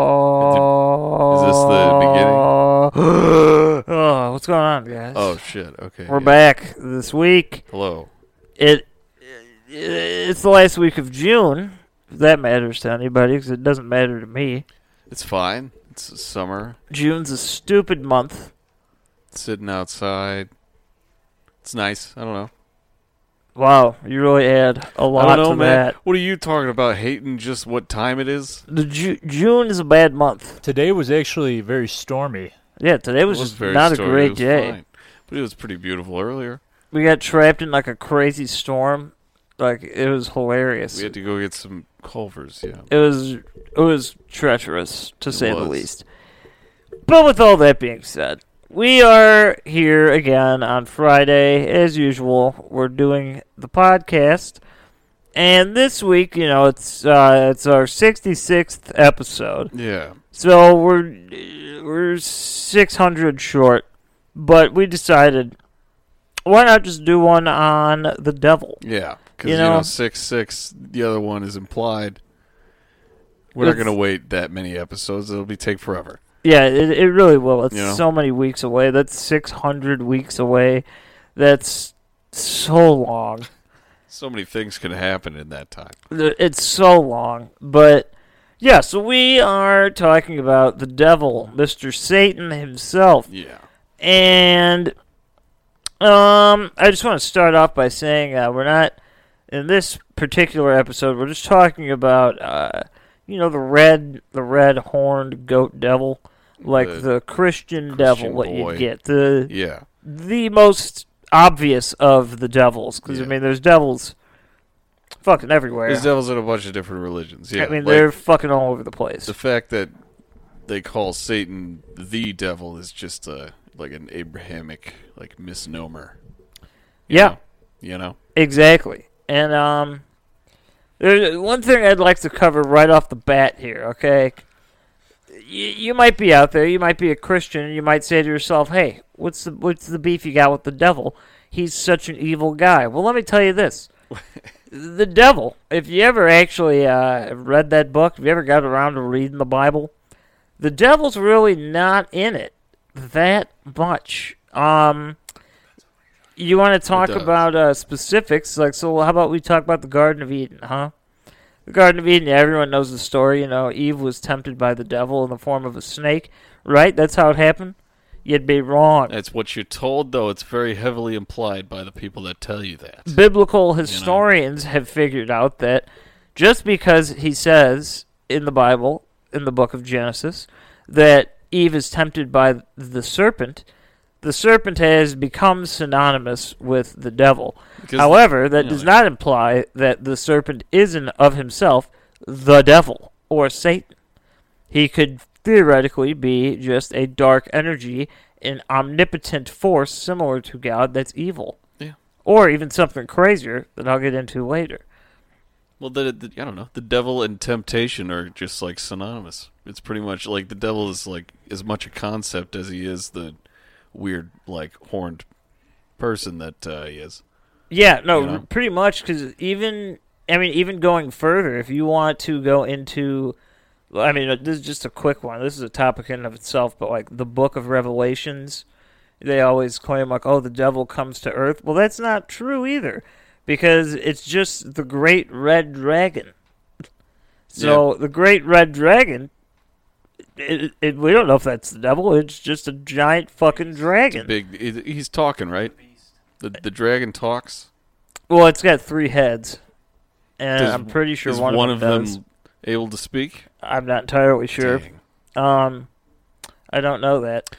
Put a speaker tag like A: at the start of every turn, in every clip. A: Hello.
B: Is this the beginning?
A: Oh, what's going on, guys?
B: Oh shit. Okay.
A: We're
B: yeah.
A: back this week.
B: Hello.
A: It, it it's the last week of June. If that matters to anybody, because it doesn't matter to me.
B: It's fine. It's summer.
A: June's a stupid month.
B: sitting outside. It's nice. I don't know.
A: Wow, you really add a
B: I
A: lot
B: don't know,
A: to
B: man.
A: that.
B: What are you talking about? Hating just what time it is?
A: The Ju- June is a bad month.
C: Today was actually very stormy.
A: Yeah, today was, just not
B: stormy.
A: a
B: It
A: great
B: was
A: day.
B: fine. But it was pretty beautiful earlier.
A: We got trapped in like a crazy storm. Like it was hilarious.
B: We had to go get some Culvers. Yeah.
A: it was it was treacherous to say the
B: was.
A: least. But with all that being said, we are here again on Friday as usual. We're doing the podcast, and this week, you know, it's uh, it's our sixty sixth episode,
B: Yeah.
A: so we're we're six hundred short. But we decided, why not just do one on the devil?
B: Yeah. Because
A: You
B: you, know,
A: know-
B: six six. The other one is implied. We're not
A: It's-
B: gonna wait that many episodes. It'll be take forever.
A: Yeah, it, it really will. It's
B: Yeah.
A: so many weeks away. That's 600 weeks away. That's so long.
B: So many things can happen in that time.
A: Th- It's so long. But yeah, so we are talking about the devil, Mr. Satan himself.
B: Yeah.
A: And um, I just want to start off by saying uh, we're not in this particular episode. We're just talking about uh, you know the red the red horned goat devil, like
B: The
A: the, Christian, devil
B: Christian
A: that
B: boy.
A: you get the
B: Yeah.
A: the most obvious of the devils because I
B: Yeah.
A: mean there's devils fucking everywhere.
B: There's devils in a bunch of different religions. Yeah.
A: I mean
B: like-
A: they're fucking all over the place.
B: the fact that they call Satan the devil is just a like an Abrahamic like misnomer. you
A: yeah.
B: know? you know.
A: Exactly. And um there's one thing I'd like to cover right off the bat here, okay? You, you might be out there, you might be a Christian, and you might say to yourself, "Hey, what's the what's the beef you got with the devil? He's such an evil guy." Well, let me tell you this. the devil, if you ever actually uh, read that book, if you ever got around to reading the Bible, the devil's really not in it that much. Um you want to talk
B: does.
A: about uh, specifics like so how about we talk about the garden of eden huh the Garden of Eden, everyone knows the story. You know, Eve was tempted by the devil in the form of a snake, right? That's how it happened. You'd be wrong.
B: That's what you're told though, it's very heavily implied by the people that tell you that.
A: Biblical historians have figured out that just because he says in the Bible, in the book of Genesis, that Eve is tempted by the serpent, the serpent has become synonymous with the devil.
B: Because-
A: However, that
B: yeah,
A: does
B: like-
A: not imply that the serpent isn't of himself the devil or Satan. He could theoretically be just a dark energy, an omnipotent force similar to God that's evil.
B: Yeah.
A: Or even something crazier that I'll get into later.
B: Well, the, the, I don't know. The devil and temptation are just like synonymous. It's pretty much like the devil is like as much a concept as he is the weird like horned person that uh, he is.
A: Yeah, no,
B: You know?
A: pretty much because even I mean, even going further, if you want to go into, I mean, uh, this is just a quick one. This is a topic in and of itself, but like the Book of Revelations, they always claim like, oh, the devil comes to Earth. Well, that's not true either, because it's just the Great Red Dragon. So the Great Red Dragon. It, it, we don't know if that's the devil. It's just a giant fucking dragon.
B: Big. he- He's talking, right? The the dragon talks.
A: Well, it's got three heads, and
B: Does-
A: I'm pretty sure
B: is
A: one,
B: one of them
A: does.
B: able to speak.
A: I'm not entirely sure.
B: Dang.
A: Um, I don't know that.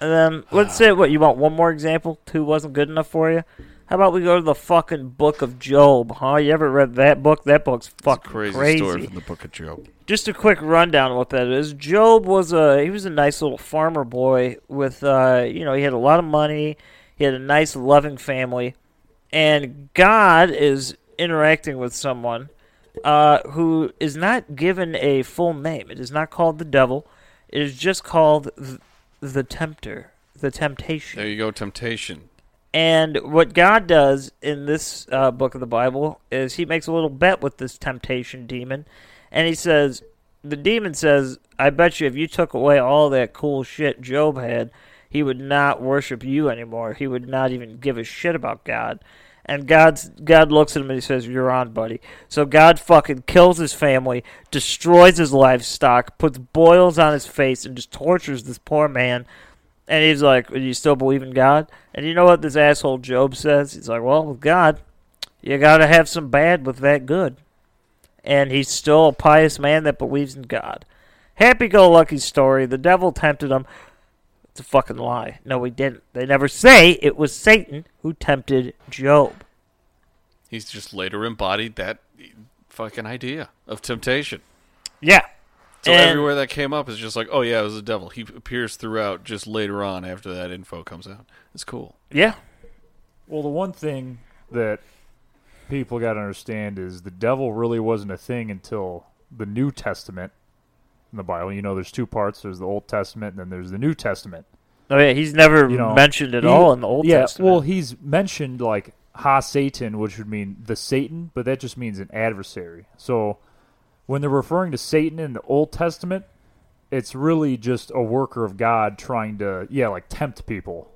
A: And then let's say what you want. One more example. Two wasn't good enough for you. How about we go to the fucking book of Job? Huh? You ever read that book? That book's fucking
B: Crazy,
A: crazy.
B: story from the Book of Job.
A: Just a quick rundown of what that is. Job was a he was a nice little farmer boy with uh you know he had a lot of money. He had a nice loving family, and God is interacting with someone uh, who is not given a full name. It is not called the devil. It is just called th- the tempter, the temptation.
B: There you go, temptation.
A: And what God does in this uh, book of the Bible is he makes a little bet with this temptation demon. And he says, The demon says, I bet you if you took away all that cool shit Job had, he would not worship you anymore. He would not even give a shit about God. And God's, God looks at him and he says, You're on, buddy. So God fucking kills his family, destroys his livestock, puts boils on his face, and just tortures this poor man and he's like, "Do you still believe in God?" And you know what this asshole Job says? He's like, "Well, with God, you gotta have some bad with that good." And he's still a pious man that believes in God. Happy-go-lucky story. The devil tempted him. It's a fucking lie. No, he didn't. They never say it was Satan who tempted Job.
B: He's just later embodied that fucking idea of temptation.
A: Yeah.
B: So
A: And-
B: everywhere that came up is just like, oh yeah, it was the devil. He appears throughout just later on after that info comes out. It's cool.
A: Yeah.
C: Well, the one thing that people got to understand is the devil really wasn't a thing until the New Testament in the Bible. You know, there's two parts. There's the Old Testament, and then there's the New Testament.
A: Oh yeah. He's never
C: You know,
A: mentioned at
C: he-
A: all in the Old
C: yeah,
A: Testament.
C: well, he's mentioned like Ha Satan, which would mean the Satan, but that just means an adversary. So when they're referring to Satan in the Old Testament, it's really just a worker of God trying to, yeah, like tempt people.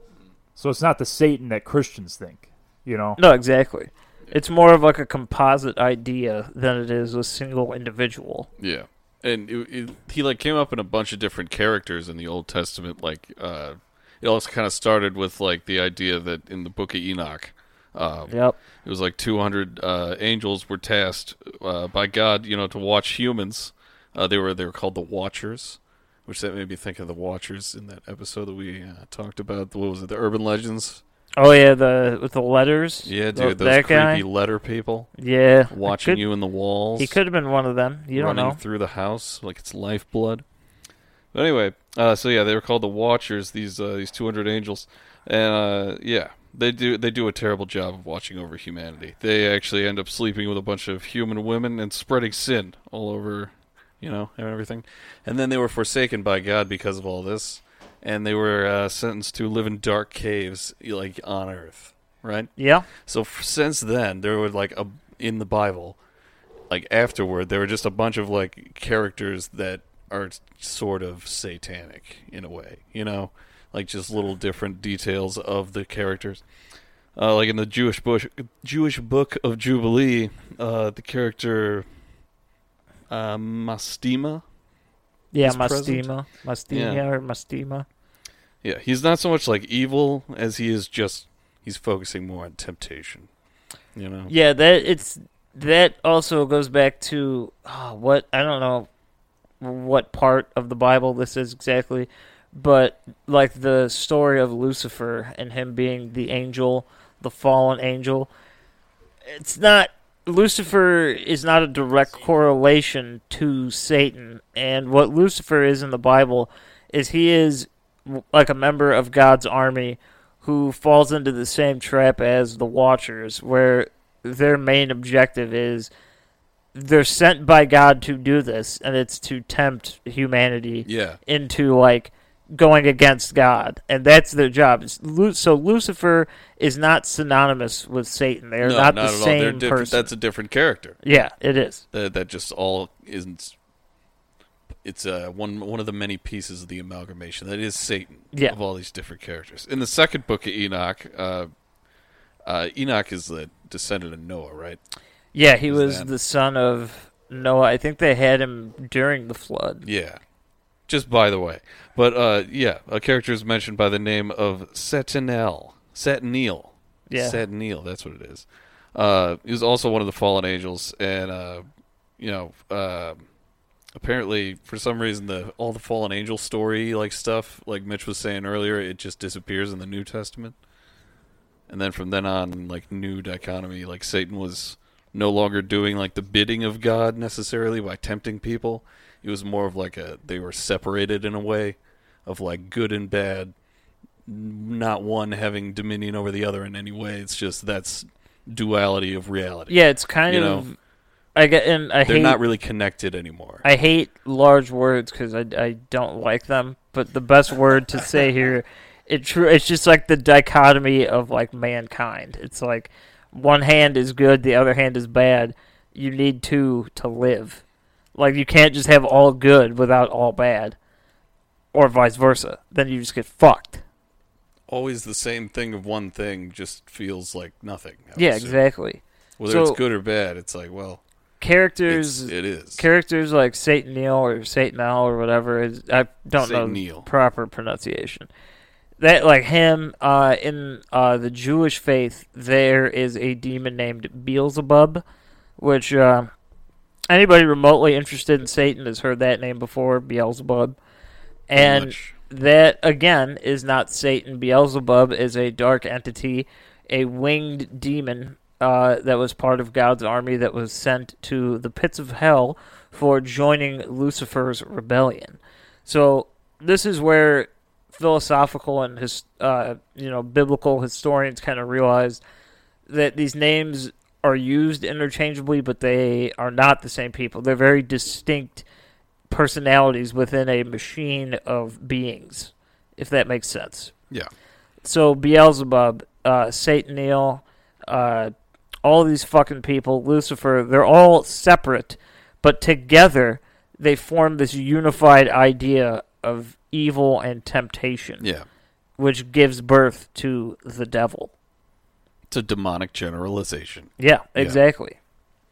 C: So it's not the Satan that Christians think, you know?
A: No, exactly. It's more of like a composite idea than it is a single individual.
B: Yeah, and it, it, he like came up in a bunch of different characters in the Old Testament. Like, uh, it also kind of started with like the idea that in the Book of Enoch, um,
A: Yep.
B: it was like 200 uh, angels were tasked uh, by God, you know, to watch humans. Uh, they were they were called the Watchers, which that made me think of the Watchers in that episode that we uh, talked about. What was it? The Urban Legends.
A: Oh yeah, the with the letters.
B: Yeah,
A: Th-
B: dude, those
A: that
B: creepy
A: guy.
B: letter people
A: yeah,
B: watching
A: Could-
B: you in the walls.
A: He could have been one of them. You don't
B: running
A: know.
B: through the house like it's lifeblood. But anyway, uh, so yeah, they were called the Watchers. These uh, these two hundred angels, and uh, yeah, they do they do a terrible job of watching over humanity. They actually end up sleeping with a bunch of human women and spreading sin all over, you know, and everything. And then they were forsaken by God because of all this, and they were uh, sentenced to live in dark caves like on Earth, right?
A: yeah.
B: So f- since then, there were like a in the Bible, like afterward, there were just a bunch of like characters that are sort of satanic in a way, you know, like just little different details of the characters. Uh, like in the Jewish bush, Jewish book of Jubilee, uh, the character uh, Mastema,
A: Yeah,
B: He's present.
A: Mastema. Mastema
B: Yeah.
A: or Mastema.
B: yeah, he's not so much like evil as he is just he's focusing more on temptation, you know.
A: Yeah, that it's that also goes back to ah, what I don't know what part of the Bible this is exactly, but like the story of Lucifer and him being the angel, the fallen angel. It's not Lucifer is not a direct correlation to Satan, and what Lucifer is in the Bible is he is w- like a member of God's army who falls into the same trap as the Watchers, where their main objective is they're sent by God to do this, and it's to tempt humanity
B: Yeah.
A: into like going against God, and that's their job. It's Lu- So Lucifer is not synonymous with Satan. They are
B: no,
A: not,
B: not
A: the
B: at all. They're
A: same
B: different.
A: person.
B: That's a different character.
A: yeah, it is.
B: That that just all isn't. It's uh, one one of the many pieces of the amalgamation that is Satan
A: Yeah.
B: of all these different characters. In the second book of Enoch, uh, uh, Enoch is the descendant of Noah, right?
A: Yeah, he
B: Is
A: was
B: that-
A: the son of Noah. I think they had him during the flood.
B: Yeah. Just by the way, but uh, yeah, a character is mentioned by the name of Satanel, Satanil,
A: Yeah.
B: Satanil. That's what it is. Uh, he was also one of the fallen angels, and uh, you know, uh, apparently for some reason the all the fallen angel story like stuff, like Mitch was saying earlier, it just disappears in the New Testament, and then from then on, like new dichotomy, like Satan was no longer doing like the bidding of God necessarily by tempting people. It was more of like a they were separated in a way of like good and bad, n- not one having dominion over the other in any way. It's just that's duality of reality.
A: Yeah, it's kind
B: You
A: of.
B: know,
A: I get and I
B: They're
A: hate.
B: not really connected anymore.
A: I hate large words because I, I don't like them. But the best word to say here, it true. It's just like the dichotomy of like mankind. It's like one hand is good, the other hand is bad. You need two to live. Like you can't just have all good without all bad, or vice versa. Then you just get fucked.
B: Always the same thing of one thing just feels like nothing. I would
A: Yeah,
B: assume.
A: exactly.
B: Whether
A: So-
B: it's good or bad, it's like well,
A: Characters
B: it's, it is.
A: characters like Satan Neil or Satan Al or whatever is I don't know
B: Satanil.
A: proper pronunciation. That like him uh, in uh, the Jewish faith, there is a demon named Beelzebub, which uh, anybody remotely interested in Satan has heard that name before, Beelzebub, and
B: much.
A: that again is not Satan. Beelzebub is a dark entity, a winged demon uh, that was part of God's army that was sent to the pits of hell for joining Lucifer's rebellion. So this is where philosophical and his, uh, you know biblical historians kind of realized that these names are used interchangeably, but they are not the same people. They're very distinct personalities within a machine of beings, if that makes sense.
B: yeah.
A: So Beelzebub, uh, Satan Neil, uh, all these fucking people, Lucifer, they're all separate, but together they form this unified idea of evil and temptation,
B: Yeah.
A: which gives birth to the devil.
B: It's a demonic generalization.
A: Yeah, exactly.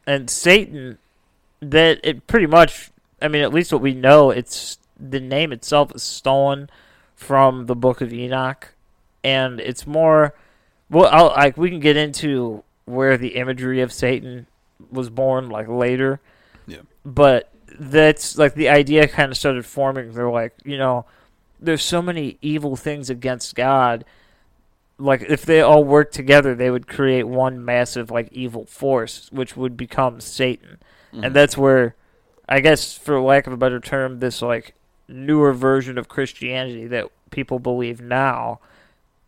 A: And Satan, that it pretty much, I mean, at least what we know, it's the name itself is stolen from the Book of Enoch, and it's more. Well, I'll, like we can get into where the imagery of Satan was born, like later
B: Yeah.
A: but that's like the idea kind of started forming. They're like, you know, there's so many evil things against God. Like if they all worked together, they would create one massive like evil force, which would become Satan.
B: Mm-hmm.
A: And that's where, I guess, for lack of a better term, this like newer version of Christianity that people believe now.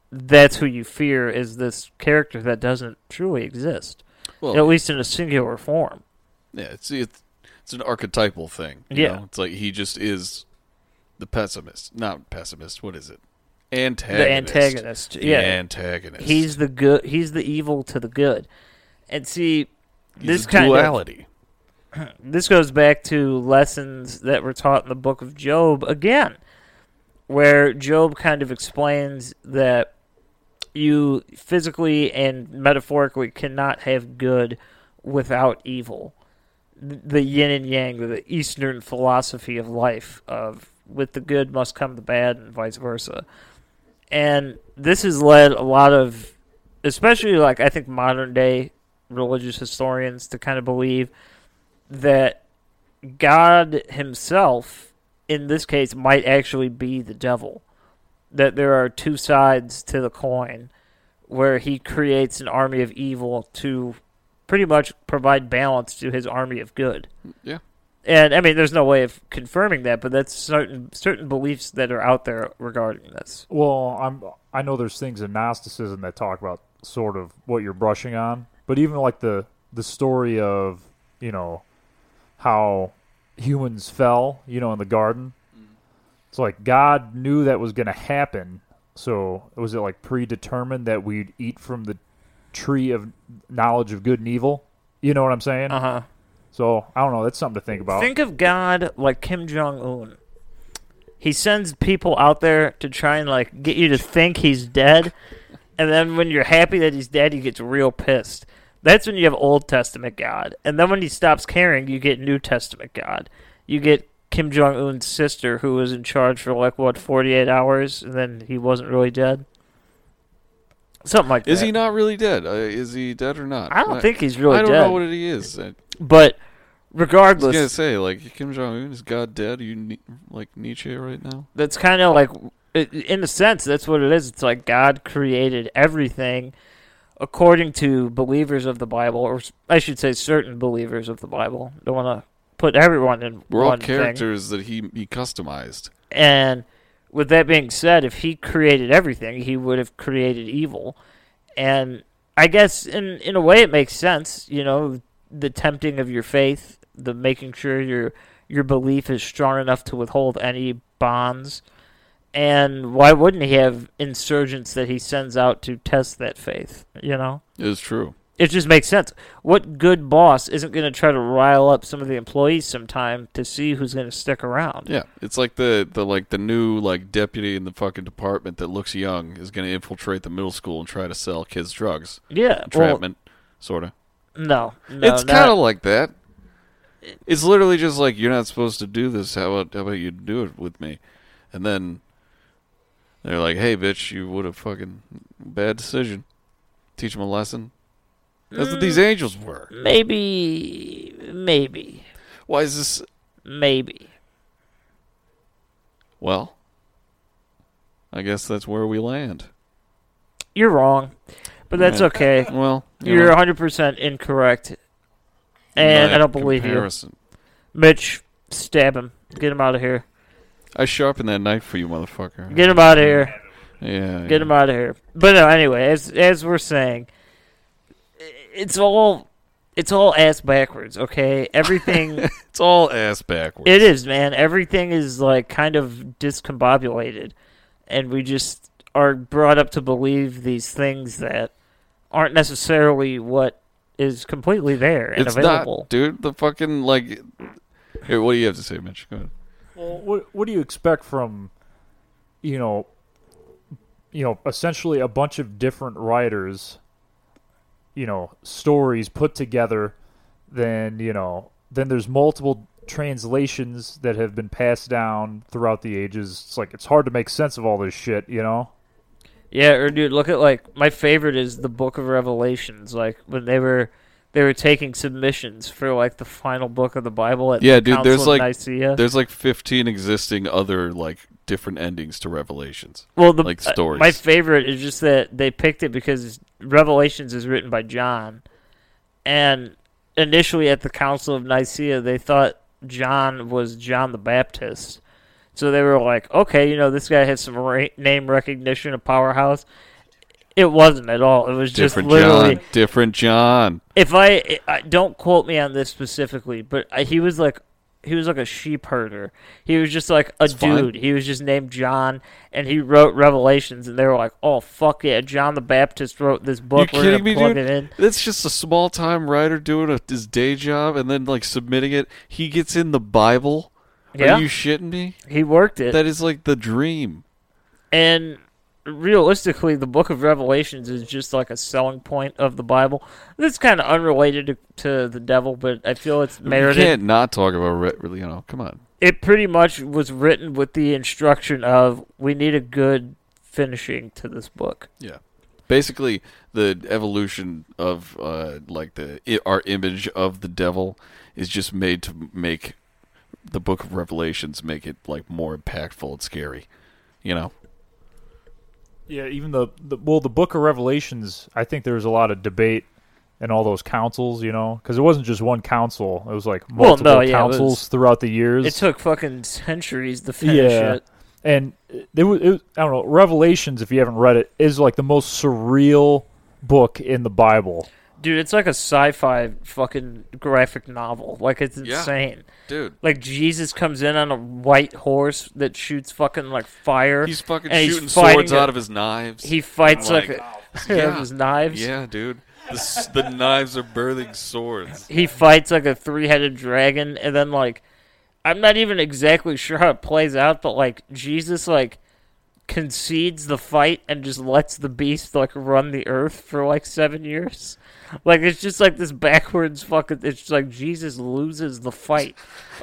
A: That's who you fear is this character that doesn't truly exist,
B: Well-
A: at least in a singular form.
B: Yeah, it's it's, it's an archetypal thing. you
A: Yeah.
B: know? it's like he just is the pessimist, not pessimist. What is it?
A: The
B: Antagonist.
A: antagonist,
B: The
A: yeah,
B: antagonist.
A: He's the good. He's the evil to the good. And see,
B: He's
A: this
B: a
A: kind of
B: duality.
A: this goes back to lessons that were taught in the book of Job again, where Job kind of explains that you physically and metaphorically cannot have good without evil. Th- The yin and yang, the Eastern philosophy of life, of with the good must come the bad, and vice versa. And this has led a lot of, especially like I think modern day religious historians to kind of believe that God Himself, in this case, might actually be the devil. That there are two sides to the coin where He creates an army of evil to pretty much provide balance to His army of good.
B: Yeah.
A: And I mean, there's no way of confirming that, but that's certain certain beliefs that are out there regarding this.
C: Well, I'm I know there's things in Gnosticism that talk about sort of what you're brushing on, but even like the the story of you know how humans fell, you know, in the garden. It's like God knew that was going to happen. So was it like predetermined that we'd eat from the tree of knowledge of good and evil? You know what I'm saying?
A: Uh huh.
C: So I don't know. That's something to think about.
A: Think of God like Kim Jong Un. He sends people out there to try and like get you to think he's dead, and then when you're happy that he's dead, he gets real pissed. That's when you have Old Testament God, and then when he stops caring, you get New Testament God. You get Kim Jong Un's sister who was in charge for like what 48 hours, and then he wasn't really dead. Something like
B: Is
A: that.
B: he not really dead? Uh, is he dead or not?
A: I don't think he's really
B: I don't
A: dead.
B: know what it is. I
A: But
B: was
A: regardless,
B: gonna say like Kim Jong Un is God dead? Are you ni- like Nietzsche right now?
A: that's kind of like it- in a sense that's what it is it's like god created everything according to believers of the bible or s- i should say certain believers of the bible don't want to put everyone in
B: We're all
A: one thing
B: characters that he he customized.
A: and with that being said if he created everything he would have created evil and i guess in in a way it makes sense you know the tempting of your faith the making sure your your belief is strong enough to withhold any bonds and why wouldn't he have insurgents that he sends out to test that faith you know
B: It is true.
A: it just makes sense what good boss isn't going to try to rile up some of the employees sometime to see who's going to stick around
B: Yeah, it's like the, the like the new like deputy in the fucking department that looks young is going to infiltrate the middle school and try to sell kids drugs,
A: yeah well,
B: entrapment, sort of.
A: No, no,
B: it's
A: not-
B: kind of like that. It's literally just like you're not supposed to do this. How about how about you do it with me? And then they're like, "Hey, bitch, you would have fucking bad decision. Teach them a lesson." That's what these angels were.
A: maybe, maybe,
B: Why is this?
A: maybe.
B: Well, I guess that's where we land.
A: You're wrong, but that's
B: Yeah.
A: okay.
B: Well, you
A: You're
B: know,
A: 100 percent incorrect, and I
B: my
A: don't believe
B: comparison.
A: you, Mitch. Stab him. Get him out of here.
B: I sharpened that knife for you, motherfucker.
A: Get him out of here.
B: yeah,
A: Get him out of here. But no, anyway, as as we're saying, i- it's all it's all ass backwards. Okay, everything
B: It's all ass backwards.
A: It is, man. Everything is like kind of discombobulated, and we just are brought up to believe these things that aren't necessarily what is completely there and
B: it's
A: available.
B: not, dude. The fucking like. Here, what do you have to say, Mitch? Go ahead.
C: Well, what what do you expect from, you know, you know, essentially a bunch of different writers, you know, stories put together, then you know, then there's multiple translations that have been passed down throughout the ages. It's like it's hard to make sense of all this shit, you know.
A: Yeah, or dude, look at like my favorite is the Book of Revelations. Like when they were they were taking submissions for like the final book of the Bible at
B: Yeah,
A: the
B: dude.
A: Council
B: There's
A: of
B: like
A: Nicaea.
B: there's like 15 existing other like different endings to Revelations.
A: well, the
B: like
A: uh,
B: stories.
A: my favorite is just that they picked it because Revelations is written by John, and initially at the Council of Nicaea they thought John was John the Baptist, so they were like, okay, you know this guy has some ra- name recognition, a powerhouse. It wasn't at all. It was just
B: different
A: literally
B: John. Different John.
A: if I, I don't quote me on this specifically, but I, he was like he was like a sheep herder. He was just like a
B: fine.
A: dude. He was just named John, and he wrote Revelations, and they were like, "Oh fuck yeah, John the Baptist wrote this
B: You
A: book. we're
B: kidding
A: gonna
B: me,
A: plug
B: dude?
A: it in."
B: That's just a small time writer doing a, his day job and then like submitting it. He gets in the Bible.
A: Yeah.
B: Are you shitting me?
A: He worked it,
B: That is like the dream.
A: and realistically, the Book of Revelations is just like a selling point of the Bible. That's kind of unrelated to, to the devil, but I feel it's merited.
B: You can't not talk about Re- you know. Come on.
A: it pretty much was written with the instruction of we need a good finishing to this book.
B: Yeah. Basically, the evolution of uh, like the i our image of the devil is just made to make the Book of Revelations make it like more impactful and scary. You know,
C: Yeah, even the, the well, the Book of Revelations. I think there was a lot of debate in all those councils, you know, because it wasn't just one council. It was like
A: Well, no,
C: multiple
A: yeah, it was-
C: councils throughout the years.
A: It took fucking centuries to finish
C: Yeah.
A: it.
C: and it was, it was I don't know Revelations if you haven't read it is like the most surreal book in the Bible.
A: dude, it's like a sci-fi fucking graphic novel. Like it's
B: Yeah.
A: insane.
B: dude.
A: Like Jesus comes in on a white horse that shoots fucking like fire.
B: He's fucking
A: and he's
B: shooting
A: fighting
B: swords
A: a-
B: out of his knives.
A: He fights like,
B: Like,
A: a, out of his knives.
B: Yeah, dude. The, s- the knives are birthing swords.
A: he fights like a three-headed dragon and then like i'm not even exactly sure how it plays out but like jesus like concedes the fight and just lets the beast like run the earth for like seven years like it's just like this backwards fucking it's just like jesus loses the fight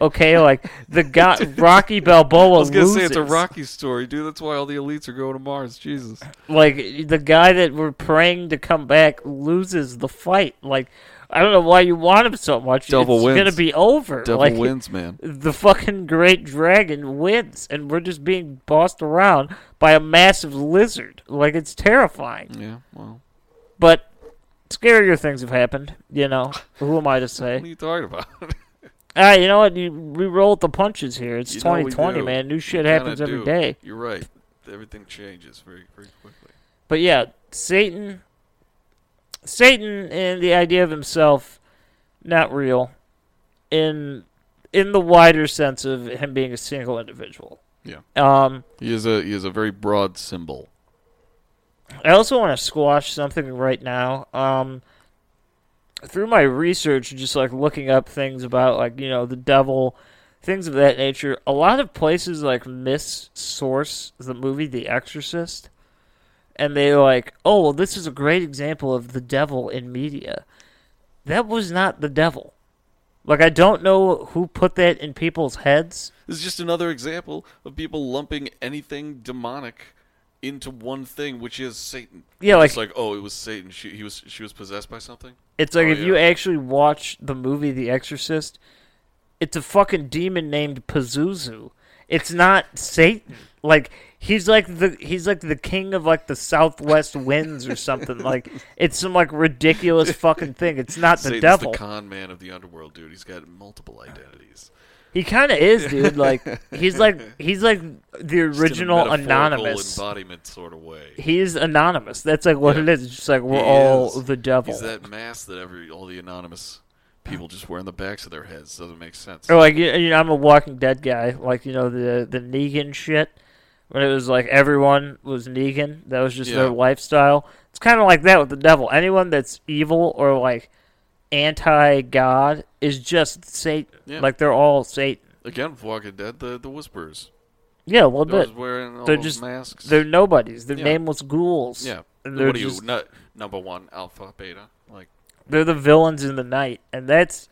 A: okay like the guy rocky balboa
B: I was gonna
A: loses.
B: say it's a Rocky story, dude. That's why all the elites are going to Mars. Jesus.
A: like the guy that we're praying to come back loses the fight like i don't know why you want him so much
B: Devil
A: it's
B: wins.
A: gonna be over
B: Devil
A: like,
B: wins, man.
A: the fucking great dragon wins and we're just being bossed around by a massive lizard like it's terrifying
B: Yeah. Well,
A: but scarier things have happened you know who am i to
B: what are
A: say
B: you talking about?
A: ah you know what you, we roll with the punches here it's
B: You know we
A: 2020
B: do.
A: man new shit
B: Kinda
A: happens every
B: do.
A: day
B: You're right. Everything changes very, very quickly.
A: but yeah satan satan and the idea of himself not real in in the wider sense of him being a single individual
B: Yeah.
A: um
B: He is a he is a very broad symbol.
A: I also want to squash something right now. Um, through my research, just like looking up things about like you know the devil, things of that nature. A lot of places like missource the movie The Exorcist, and they like, oh well, this is a great example of the devil in media. That was not the devil. Like I don't know who put that in people's heads.
B: This is just another example of people lumping anything demonic into one thing, which is Satan.
A: Yeah,
B: It's
A: like-
B: like oh, it was Satan. She he was she was possessed by something.
A: It's like
B: Oh,
A: if you
B: yeah.
A: actually watch the movie The Exorcist, it's a fucking demon named Pazuzu. It's not Satan. Like he's like the he's like the king of like the southwest winds or something. Like it's some like ridiculous fucking thing. It's not the
B: Satan's
A: devil.
B: the con man of the underworld, dude. He's got multiple identities.
A: he kind of is, dude. Like he's like he's like the
B: Just in a
A: original
B: metaphorical
A: anonymous.
B: embodiment sort of way.
A: He is anonymous. That's like what
B: Yeah.
A: it is. It's just like we're
B: He
A: all
B: is-
A: the devil.
B: He's that mask that every all the anonymous people just wear on the backs of their heads. Doesn't make sense.
A: Or like you, you know, I'm a Walking Dead guy. Like you know the the Negan shit. When it was like everyone was Negan, that was just their
B: Yeah.
A: lifestyle. It's kind of like that with the devil. Anyone that's evil or like anti God is just Satan.
B: Yeah.
A: Like they're all Satan.
B: Again, with Walking Dead, the the Whisperers.
A: Yeah, a little
B: Those
A: bit.
B: wearing all
A: They're
B: those
A: just
B: masks.
A: they're nobodies. They're
B: Yeah.
A: nameless ghouls.
B: yeah.
A: and they're
B: What are you?
A: just-
B: Not, number one, alpha, beta. Like
A: they're the villains in the night and that's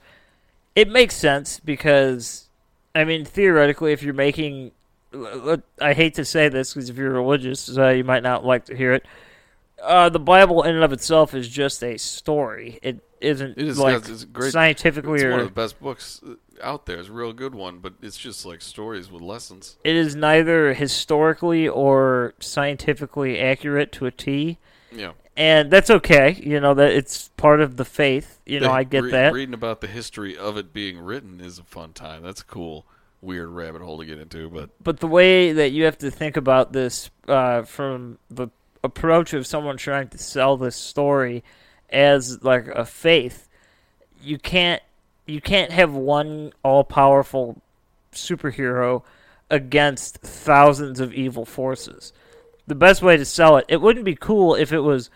A: it makes sense because i mean theoretically if you're making l- l- i hate to say this because if you're religious so you might not like to hear it uh, the bible in and of itself is just a story it isn't
B: It is
A: like
B: it's- it's great.
A: scientifically
B: it's
A: or
B: one of the best books uh, out there. It's a real good one, but it's just like stories with lessons.
A: it is neither historically or scientifically accurate to a t
B: Yeah,
A: and that's okay you know that it's part of the faith you know
B: They-
A: i get
B: re-
A: that
B: Reading about the history of it being written is a fun time. That's a cool, weird rabbit hole to get into. But
A: but the way that you have to think about this uh, from the approach of someone trying to sell this story as like a faith you can't you can't have one all-powerful superhero against thousands of evil forces the best way to sell it it wouldn't be cool if it was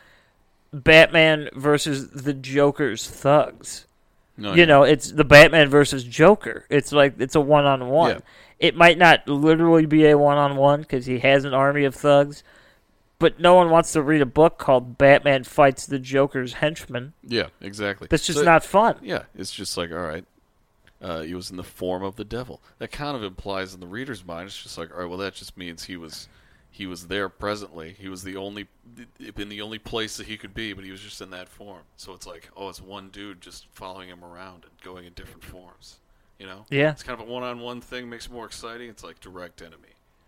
A: batman versus the joker's thugs
B: no,
A: you know, it's the Batman versus Joker. It's like it's a one on
B: Yeah.
A: one. It might not literally be a one on one because he has an army of thugs, but no one wants to read a book called Batman fights the Joker's henchmen.
B: yeah, exactly.
A: That's just
B: So-
A: not fun.
B: Yeah, it's just like all right. Uh, he was in the form of the devil. That kind of implies in the reader's mind, it's just like, all right, well, that just means he was, he was there presently. He was the only, in the only place that he could be, but he was just in that form. So it's like, oh, it's one dude just following him around and going in different forms. You know?
A: Yeah.
B: It's kind of a one-on-one thing. Makes it more exciting. It's like direct enemy.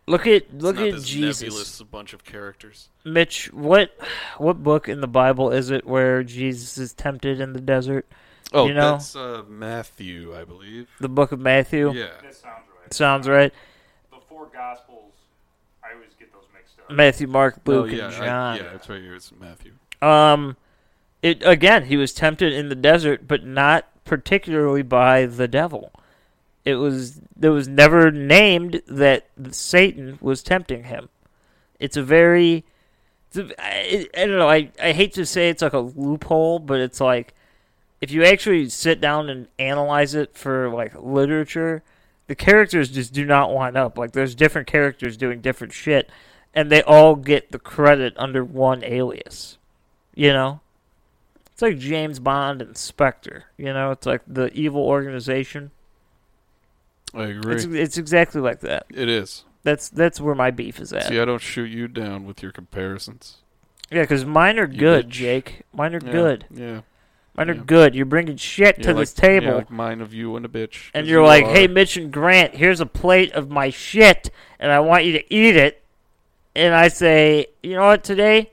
A: Look at
B: It's
A: look
B: not
A: at
B: this
A: Jesus,
B: nebulous bunch of characters.
A: Mitch. What what book in the Bible is it where Jesus is tempted in the desert?
B: Oh,
A: You know-
B: that's uh, Matthew, I believe.
A: The Book of Matthew
B: Yeah.
D: That sounds right.
A: sounds right.
D: The four Gospels, I always get those mixed up.
A: Matthew, Mark, Luke,
B: oh, yeah,
A: and
B: I-
A: John.
B: yeah, that's right here. It's Matthew.
A: Um, it again, he was tempted in the desert, but not particularly by the devil. It was there was never named that Satan was tempting him. It's a very it's a- I, I don't know. I, I hate to say it's like a loophole, but it's like if you actually sit down and analyze it for like literature, the characters just do not line up. Like there's different characters doing different shit, and they all get the credit under one alias. You know, it's like James Bond and Spectre. You know, it's like the evil organization.
B: I agree.
A: It's it's exactly like that.
B: It is.
A: That's that's where my beef is at.
B: See, I don't shoot you down with your comparisons.
A: Yeah, because mine are good,
B: bitch.
A: Jake. Mine are
B: Yeah,
A: good.
B: Yeah.
A: Mine are
B: Yeah.
A: good. You're bringing shit
B: Yeah,
A: to
B: like-
A: this table,
B: yeah, like mine of you and a bitch.
A: and
B: 'cause
A: you're
B: you
A: like,
B: are.
A: "Hey, Mitch and Grant, here's a plate of my shit, and I want you to eat it." And I say, "You know what? Today,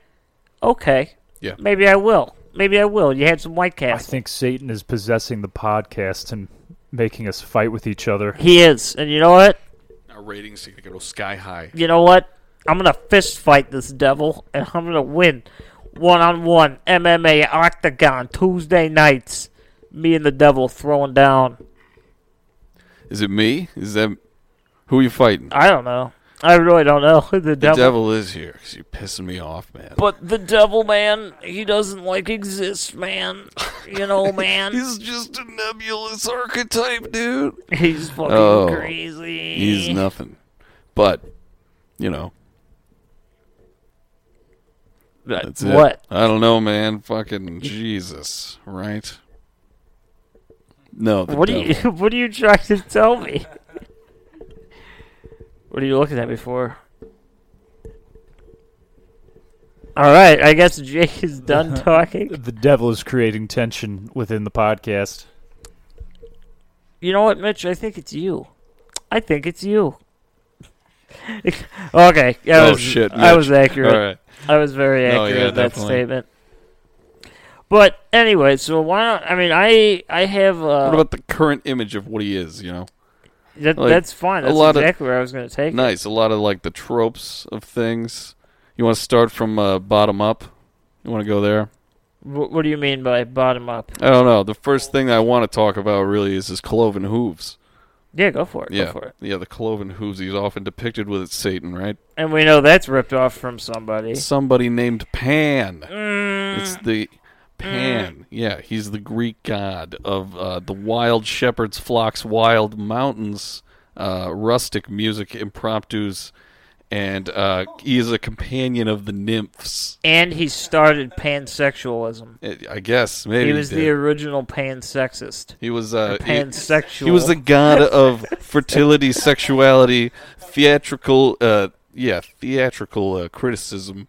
A: okay,
B: Yeah.
A: maybe I will. Maybe I will." You had some White
C: I
A: Castle.
C: think Satan is possessing the podcast and making us fight with each other.
A: he is, and you know what?
B: Our ratings are going to go sky high.
A: You know what? I'm gonna fist fight this devil, and I'm gonna win one on one MMA Octagon Tuesday nights. Me and the devil throwing down.
B: Is it me? Is that who are you fighting?
A: I don't know. I really don't know. The
B: the
A: devil.
B: devil is here because you're pissing me off, man.
A: But the devil man, he doesn't like exist, man. You know, man.
B: He's just a nebulous archetype, dude.
A: he's fucking
B: Oh,
A: crazy.
B: He's nothing. But, you know, that's it.
A: what?
B: I don't know, man. Fucking Jesus, right? No. The
A: What are
B: devil.
A: you? What are you trying to tell me? what are you looking at me for? All right, I guess Jake is done talking.
C: The devil is creating tension within the podcast.
A: You know what, Mitch? I think it's you. I think it's you. okay. yeah, I
B: Oh
A: was,
B: shit!
A: I
B: Mitch.
A: was accurate.
B: All right.
A: I was very
B: No,
A: accurate
B: yeah,
A: in that
B: definitely.
A: statement. But anyway, so why not? I mean, I I have uh,
B: What about the current image of what he is? You know,
A: that,
B: like,
A: that's fine.
B: a
A: That's
B: lot of-
A: exactly where I was going to take. it.
B: nice. A lot of like the tropes of things. You want to start from uh, bottom up. You want to go there.
A: Wh- what do you mean by bottom up?
B: I don't know. The first thing I want to talk about really is his cloven hooves.
A: Yeah, go for it.
B: Yeah,
A: Go for it.
B: yeah. The cloven hooves. He's often depicted with Satan, right?
A: And we know that's ripped off from somebody.
B: Somebody named Pan.
A: Mm.
B: It's the Pan. Yeah, he's the Greek god of uh, the wild shepherds, flocks, wild mountains, uh, rustic music, impromptus, and uh, he is a companion of the nymphs.
A: And he started pansexualism.
B: I I guess maybe
A: He was the
B: did.
A: original pansexist.
B: He was uh, he-
A: pansexual.
B: He was the god of fertility, sexuality, theatrical, uh, yeah, theatrical uh, criticism,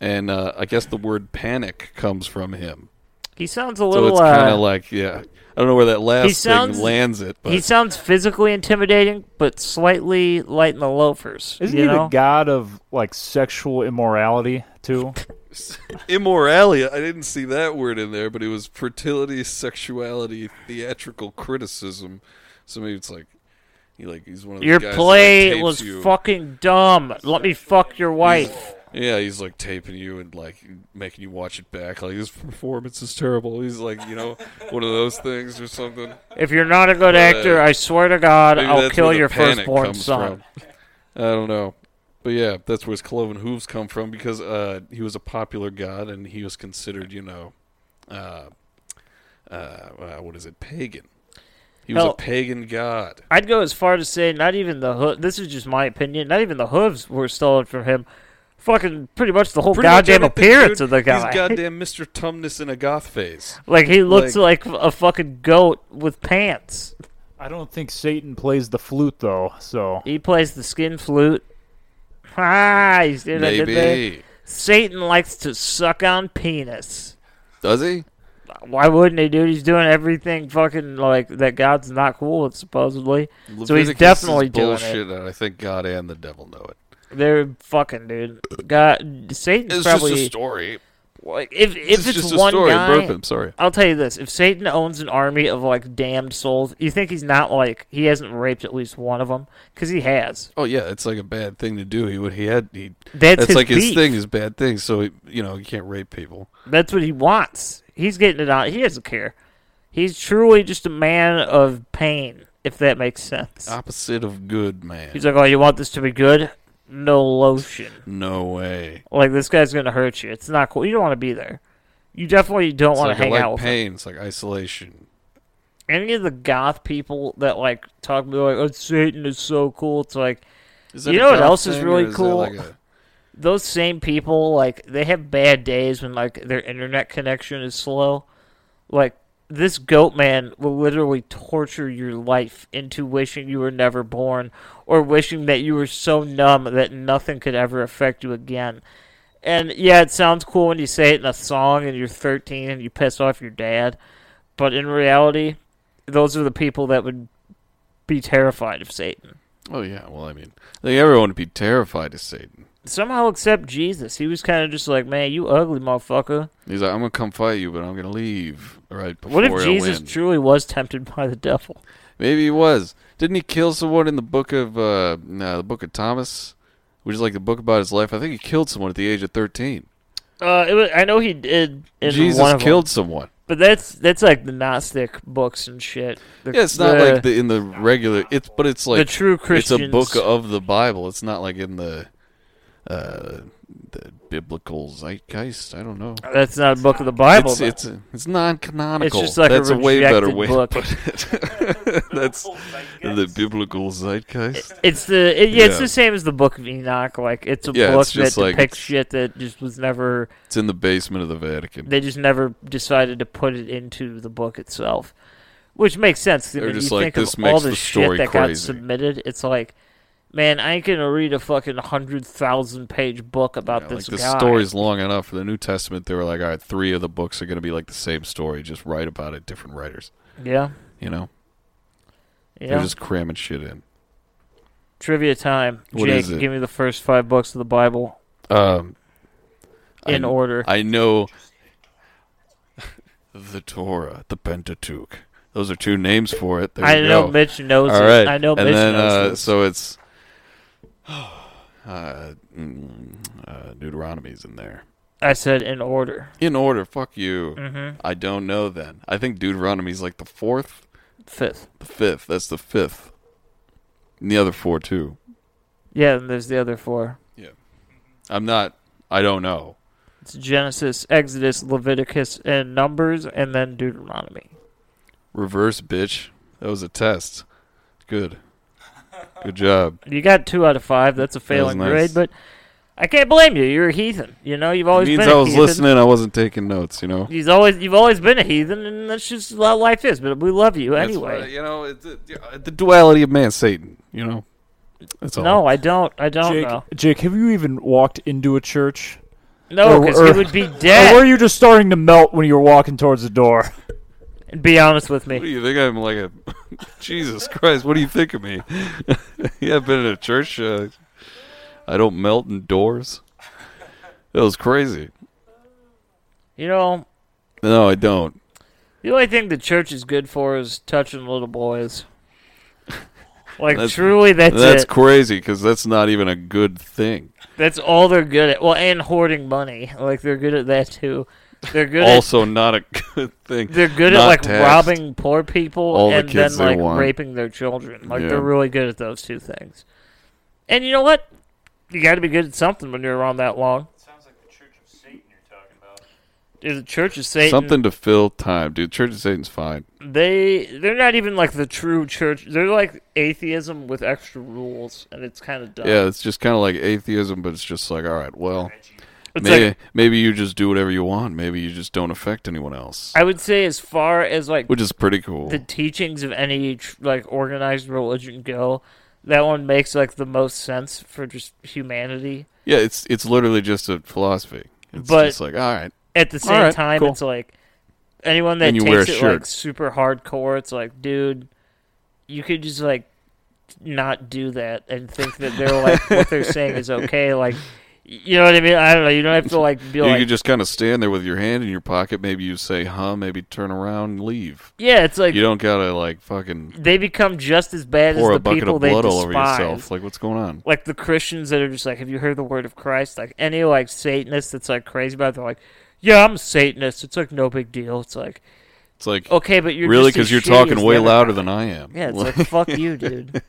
B: and uh, I guess the word panic comes from him.
A: He sounds a
B: So
A: little.
B: it's kind
A: uh,
B: of like, yeah, I don't know where that last
A: he sounds
B: thing lands it, but
A: he sounds physically intimidating, but slightly light in the loafers.
C: Isn't
A: you
C: he
A: know?
C: the god of like sexual immorality too?
B: immorality. I didn't see that word in there, but it was fertility, sexuality, theatrical criticism. So maybe it's like. He like he's one of the
A: Your
B: guys that, like,
A: play
B: tapes
A: was
B: you.
A: fucking dumb. Let me fuck your wife.
B: Yeah, he's like taping you and like making you watch it back. Like his performance is terrible. He's like, you know, one of those things or something.
A: If you're not a good actor, I swear to God,
B: Maybe
A: I'll
B: that's
A: kill
B: where the
A: your
B: panic
A: firstborn
B: comes
A: son.
B: From. I don't know, but yeah, that's where his cloven hooves come from because uh, he was a popular god and he was considered, you know, uh, uh, uh, what is it, pagan? He was
A: Hell-
B: a pagan god.
A: I'd go as far to say not even the hoof. This is just my opinion. Not even the hooves were stolen from him. Fucking pretty much the whole
B: Pretty much
A: goddamn
B: everything,
A: appearance
B: dude.
A: of the guy.
B: He's goddamn Mr. Tumnus in a goth phase.
A: like he looks
B: like-
A: like, a fucking goat with pants.
C: I don't think Satan plays the flute though, so
A: He plays the skin flute. Ah, you see what I did there?
B: Maybe
A: Satan likes to suck on penis.
B: does he?
A: Why wouldn't he, dude? He's doing everything fucking like that. God's not cool with supposedly, so he's
B: Leviticus
A: definitely
B: is
A: doing
B: bullshit,
A: it.
B: and I think God and the devil know it.
A: They're fucking, dude. God, Satan's
B: It's
A: probably
B: just a story.
A: Like, If if
B: This
A: it's
B: is just a
A: one
B: story,
A: guy,
B: Burp, I'm sorry.
A: I'll tell you this: if Satan owns an army of like damned souls, you think he's not like he hasn't raped at least one of them because he has.
B: Oh yeah, it's like a bad thing to do. He would he had he
A: That's his
B: like his
A: beef.
B: thing is bad things. So he, you know he can't rape people.
A: That's what he wants. He's getting it out. He doesn't care. He's truly just a man of pain, if that makes sense.
B: Ah, Opposite of good man.
A: He's like, "Oh, you want this to be good? No lotion.
B: no way.
A: Like this guy's gonna hurt you. It's not cool. You don't want to be there. You definitely don't
B: It's
A: want to
B: like I
A: hang
B: like
A: out with him.
B: pain. It's like isolation.
A: any of the goth people that like talk about like, "Oh, Satan is so cool." It's like
B: Is
A: You
B: that a
A: know what
B: God
A: else is
B: thing,
A: really
B: or that
A: cool?
B: like a-
A: those same people like they have bad days when like their internet connection is slow. Like this goat man will literally torture your life into wishing you were never born or wishing that you were so numb that nothing could ever affect you again. And yeah, it sounds cool when you say it in a song and you're 13 and you piss off your dad, but in reality, those are the people that would be terrified of Satan.
B: oh yeah. Well, I mean, I think everyone would be terrified of Satan.
A: Somehow, except Jesus, he was kind of just like, "Man, you ugly motherfucker."
B: He's like, I'm gonna come fight you, but I'm gonna leave. Right before
A: What if
B: I
A: Jesus
B: win.
A: truly was tempted by the devil?
B: Maybe he was. Didn't he kill someone in the book of uh, no, the book of Thomas, which is like the book about his life? I think he killed someone at the age of thirteen.
A: Uh, it was, I know he did. In one
B: Jesus
A: of 'em.
B: killed someone.
A: but that's that's like the Gnostic books and shit. The-
B: Yeah, it's not
A: the-
B: like the, in the regular. It's but it's like
A: The true
B: It's a
A: Christians-
B: book of the Bible. It's not like in the uh, the biblical zeitgeist. I don't know.
A: that's not a book of the Bible.
B: It's
A: though.
B: it's it's non canonical.
A: It's just like a
B: That's a, way better
A: rejected
B: way
A: book.
B: to put it. That's the biblical zeitgeist.
A: It's the it, yeah, It's
B: Yeah.
A: the same as the Book of Enoch. Like it's a
B: Yeah,
A: book
B: it's just
A: that
B: like-
A: depicts shit that just was never.
B: It's in the basement of the Vatican.
A: They just never decided to put it into the book itself, which makes sense. I
B: They're
A: mean,
B: just
A: you
B: like,
A: think
B: "This
A: of
B: makes
A: all
B: the
A: the
B: story
A: shit that
B: crazy."
A: got submitted. It's like, man, I ain't gonna read a fucking hundred thousand page book about
B: Yeah, like
A: this
B: the
A: guy.
B: story's long enough for the New Testament. They were like, all right, three of the books are going to be like the same story. Just write about it, different writers.
A: Yeah,
B: You know,
A: yeah.
B: they're just cramming shit in.
A: Trivia time.
B: What
A: Jake,
B: is it?
A: give me the first five books of the Bible
B: Um,
A: in
B: I- ah,
A: order.
B: I know the Torah, the Pentateuch. Those are two names for it. There
A: I
B: you
A: know
B: go.
A: Mitch knows.
B: All
A: it.
B: right.
A: I know
B: and
A: Mitch
B: then,
A: knows.
B: uh,
A: this.
B: So it's uh, mm, uh, Deuteronomy's in there.
A: I said in order.
B: In order, fuck you.
A: Mm-hmm.
B: I don't know then. I think Deuteronomy's like the fourth,
A: Fifth.
B: the fifth. That's the fifth. And the other four, too.
A: Yeah, and there's the other four.
B: I'm not, I don't know.
A: It's Genesis, Exodus, Leviticus, and Numbers, and then Deuteronomy.
B: Reverse, bitch. That was a test. Good. Good job.
A: You got two out of five. That's a failing
B: nice.
A: grade, but I can't blame you. You're a heathen. You know, you've always
B: It means
A: been.
B: I
A: a
B: was
A: heathen.
B: listening. I wasn't taking notes. You know.
A: He's always you've always been a heathen, and that's just how life is. But we love you
B: That's
A: anyway.
B: why, you know, it's, uh, the duality of man, Satan. You know. That's all.
A: no, I don't. I don't
C: Jake,
A: know.
C: Jake, have you even walked into a church?
A: No,
C: or-
A: because he
C: or-
A: would be
C: Or were
A: dead.
C: you just starting to melt when you were walking towards the door?
A: Be honest with
B: What do
A: me.
B: you think? I'm like a Jesus Christ. What do you think of me? yeah, I've been in a church. Uh, I don't melt in doors. That was crazy.
A: You know,
B: No, I don't.
A: the only thing the church is good for is touching little boys. Like
B: That's-
A: truly, that's
B: that's
A: it.
B: crazy because that's not even a good thing.
A: That's all they're good at. Well, and hoarding money. Like they're good at that too. They're good at
B: also, not a good thing.
A: they're good at
B: Not
A: like
B: taxed.
A: robbing poor people
B: All the
A: and
B: kids
A: then
B: they
A: like
B: want.
A: raping their children. Like
B: Yeah.
A: they're really good at those two things. And you know what? You got to be good at something when you're around that long.
D: Sounds like the Church of Satan you're talking about.
A: Dude, The Church of Satan.
B: Something to fill time, dude. Church of Satan's fine.
A: They they're not even like the true church. They're like atheism with extra rules, and it's kind of dumb.
B: Yeah, it's just kind of like atheism, but it's just like, all right, well,
A: It's
B: maybe,
A: like-
B: maybe you just do whatever you want. Maybe you just don't affect anyone else,
A: I would say as far as like
B: which is pretty cool.
A: the teachings of any tr- like organized religion go, that one makes like the most sense for just humanity.
B: yeah, it's it's literally just a philosophy. It's
A: But-
B: just like, all right,
A: At the same
B: right,
A: time,
B: cool.
A: it's like anyone that
B: And you
A: takes
B: wear a
A: it like
B: shirt.
A: super hardcore, it's like, dude, you could just like not do that and think that they're like what they're saying is okay. Like You know what I mean? I don't know. You don't have to like be
B: You
A: like
B: could just kind of stand there with your hand in your pocket. Maybe you say, huh? Maybe turn around and leave.
A: yeah. It's like
B: You don't got to, like, fucking
A: they become just as bad as
B: pour a
A: the
B: bucket
A: people
B: of
A: they
B: blood
A: despise.
B: all over yourself. Like, what's going on?
A: like the Christians that are just like, have you heard the word of Christ? Like any like Satanist that's like crazy about it, they're like, yeah, I'm a Satanist. It's like no big deal. It's like
B: It's like,
A: okay, but you're
B: really?
A: because
B: you're talking way louder than I am.
A: Yeah, it's like fuck you, dude.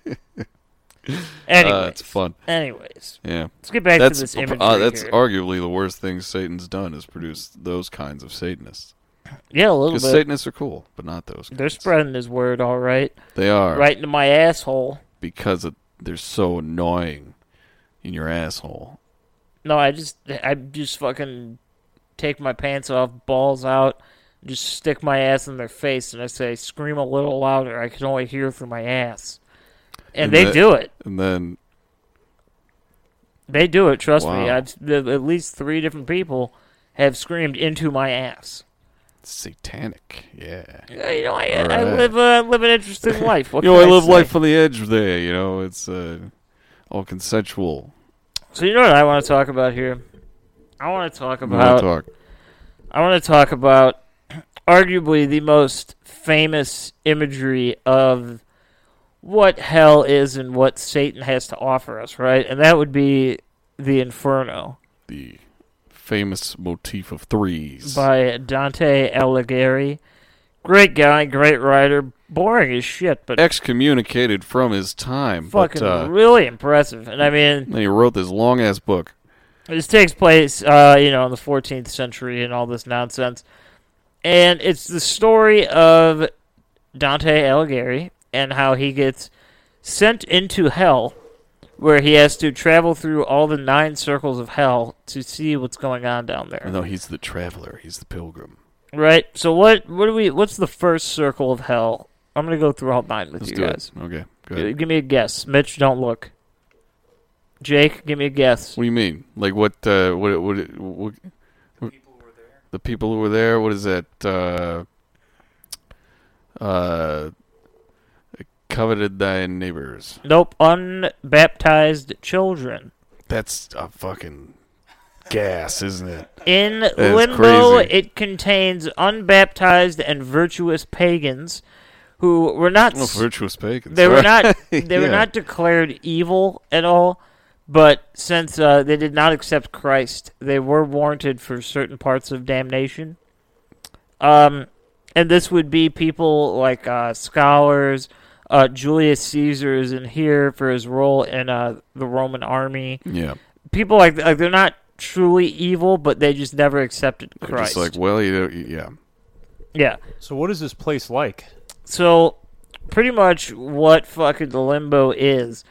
A: Anyways,
B: Uh, it's fun.
A: Anyways,
B: Yeah.
A: let's get back
B: that's
A: to this
B: uh,
A: imagery.
B: that's
A: here.
B: arguably the worst thing Satan's done is produce those kinds of Satanists.
A: yeah, a little bit.
B: Because Satanists are cool, but not those.
A: they're
B: kinds.
A: spreading his word, all right,
B: They are
A: right into my asshole.
B: because it, they're so annoying in your asshole.
A: No, I just I just fucking take my pants off, balls out, just stick my ass in their face, and I say, "Scream a little louder! I can only hear through my ass." And,
B: And
A: they
B: that-
A: do it.
B: And then
A: They do it. Trust me.
B: Wow.
A: I've th- at least three different people have screamed into my ass.
B: satanic, yeah.
A: Uh, You know, I, I
B: Alright.
A: live uh, live an interesting life. What
B: you know, I
A: can
B: live
A: say?
B: life on the edge there. You know, it's uh, all consensual.
A: So you know what I want to talk about here? I want to talk
B: We don't
A: about
B: talk.
A: I want to talk about arguably the most famous imagery of what hell is and what Satan has to offer us, right? And that would be the Inferno
B: The famous motif of threes.
A: by Dante Alighieri. Great guy, great writer, boring as shit, but
B: Excommunicated from his time,
A: fucking
B: but uh,
A: really impressive. And I mean,
B: then he wrote this long ass book.
A: this takes place, uh, you know, in the 14th century and all this nonsense. And it's the story of Dante Alighieri and how he gets sent into hell, where he has to travel through all the nine circles of hell to see what's going on down there.
B: Oh, No, he's the traveler. He's the pilgrim.
A: Right. So what? What do we? What's the first circle of hell? I'm gonna go through all nine with
B: Let's
A: you
B: do
A: guys.
B: it. Okay, go
A: G-
B: ahead.
A: Give me a guess, Mitch. Don't look. Jake, give me a guess.
B: What do you mean? Like what? Uh, what? What? what, what the people who were there. What is that? Uh, uh, coveted thy neighbors.
A: Nope. Unbaptized children.
B: That's a fucking gas, isn't it?
A: In
B: is
A: limbo,
B: crazy.
A: it contains unbaptized and virtuous pagans who were not
B: Well, Oh, virtuous pagans.
A: they were not they were
B: Yeah.
A: not declared evil at all, but since uh, they did not accept Christ, they were warranted for certain parts of damnation. Um, and this would be people like uh, scholars. Uh, Julius Caesar is in here for his role in uh, the Roman army.
B: Yeah.
A: People like like they're not truly evil, but they just never accepted
B: They're
A: Christ.
B: Just like well, you know, yeah.
A: yeah.
C: So what is this place like?
A: So pretty much what fucking limbo is,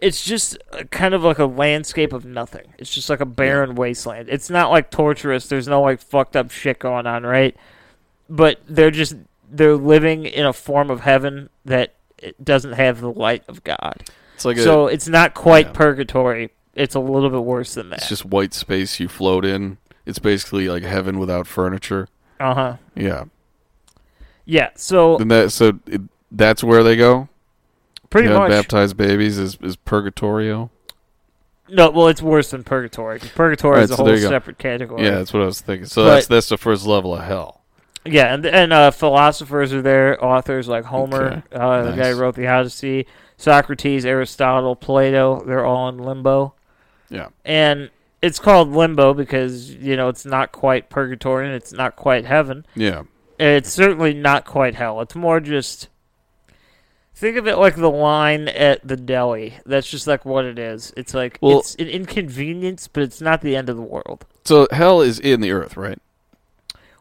A: it's just a, kind of like a landscape of nothing. It's just like a barren wasteland. It's not like torturous. There's no like fucked up shit going on, right? But they're just they're living in a form of heaven that it doesn't have the light of God.
B: It's like
A: so
B: a,
A: it's not quite
B: yeah.
A: purgatory. It's a little bit worse than
B: it's
A: that.
B: just white space you float in. It's basically like heaven without furniture.
A: Uh huh.
B: Yeah.
A: Yeah. So
B: Then that so it, that's where they go.
A: pretty
B: yeah,
A: much.
B: baptized babies is, is purgatorio.
A: No, well, it's worse than purgatory. 'cause Purgatory
B: Alright,
A: is a
B: so there
A: whole
B: you go.
A: separate category.
B: Yeah, that's what I was thinking. So
A: But-
B: that's that's the first level of hell.
A: Yeah, and and uh, philosophers are there, authors like Homer,
B: Okay,
A: uh, the guy
B: nice.
A: who wrote the Odyssey, Socrates, Aristotle, Plato. They're all in limbo,
B: Yeah,
A: and it's called limbo because you know it's not quite purgatory and it's not quite heaven.
B: yeah.
A: And It's certainly not quite hell. It's more just think of it like the line at the deli. That's just like what it is. It's like
B: Well-
A: it's an inconvenience, but it's not the end of the world.
B: So hell is in the earth, right?